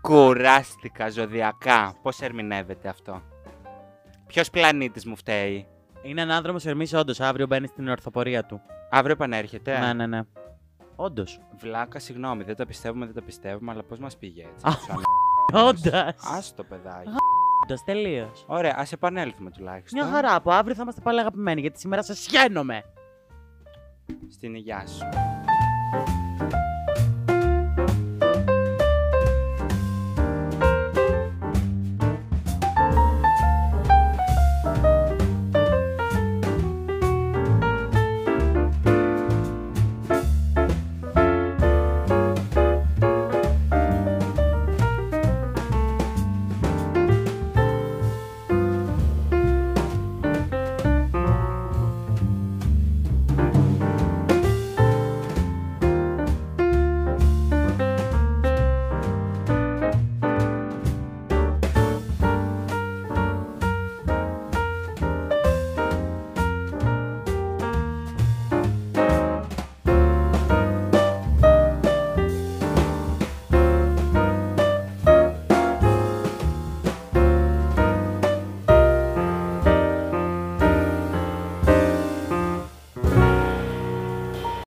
S1: Κουράστηκα ζωδιακά. Πώς ερμηνεύεται αυτό. Ποιος πλανήτης μου φταίει.
S2: Είναι ανάδρομο Ερμής, όντως. Αύριο μπαίνει στην ορθοπορία του.
S1: Αύριο επανέρχεται.
S2: Ναι, ναι, ναι. Όντως.
S1: Βλάκα, συγγνώμη, δεν τα πιστεύουμε, δεν τα πιστεύουμε, αλλά πώς μας πήγε έτσι.
S2: Α,
S1: σαν-
S2: Όντω.
S1: Ας το παιδάκι.
S2: Όντω, τελείως.
S1: Ωραία, ας επανέλθουμε τουλάχιστον.
S2: Μια χαρά από αύριο θα είμαστε πάλι αγαπημένοι γιατί σήμερα σα χαίνομαι.
S1: Στην υγειά σου.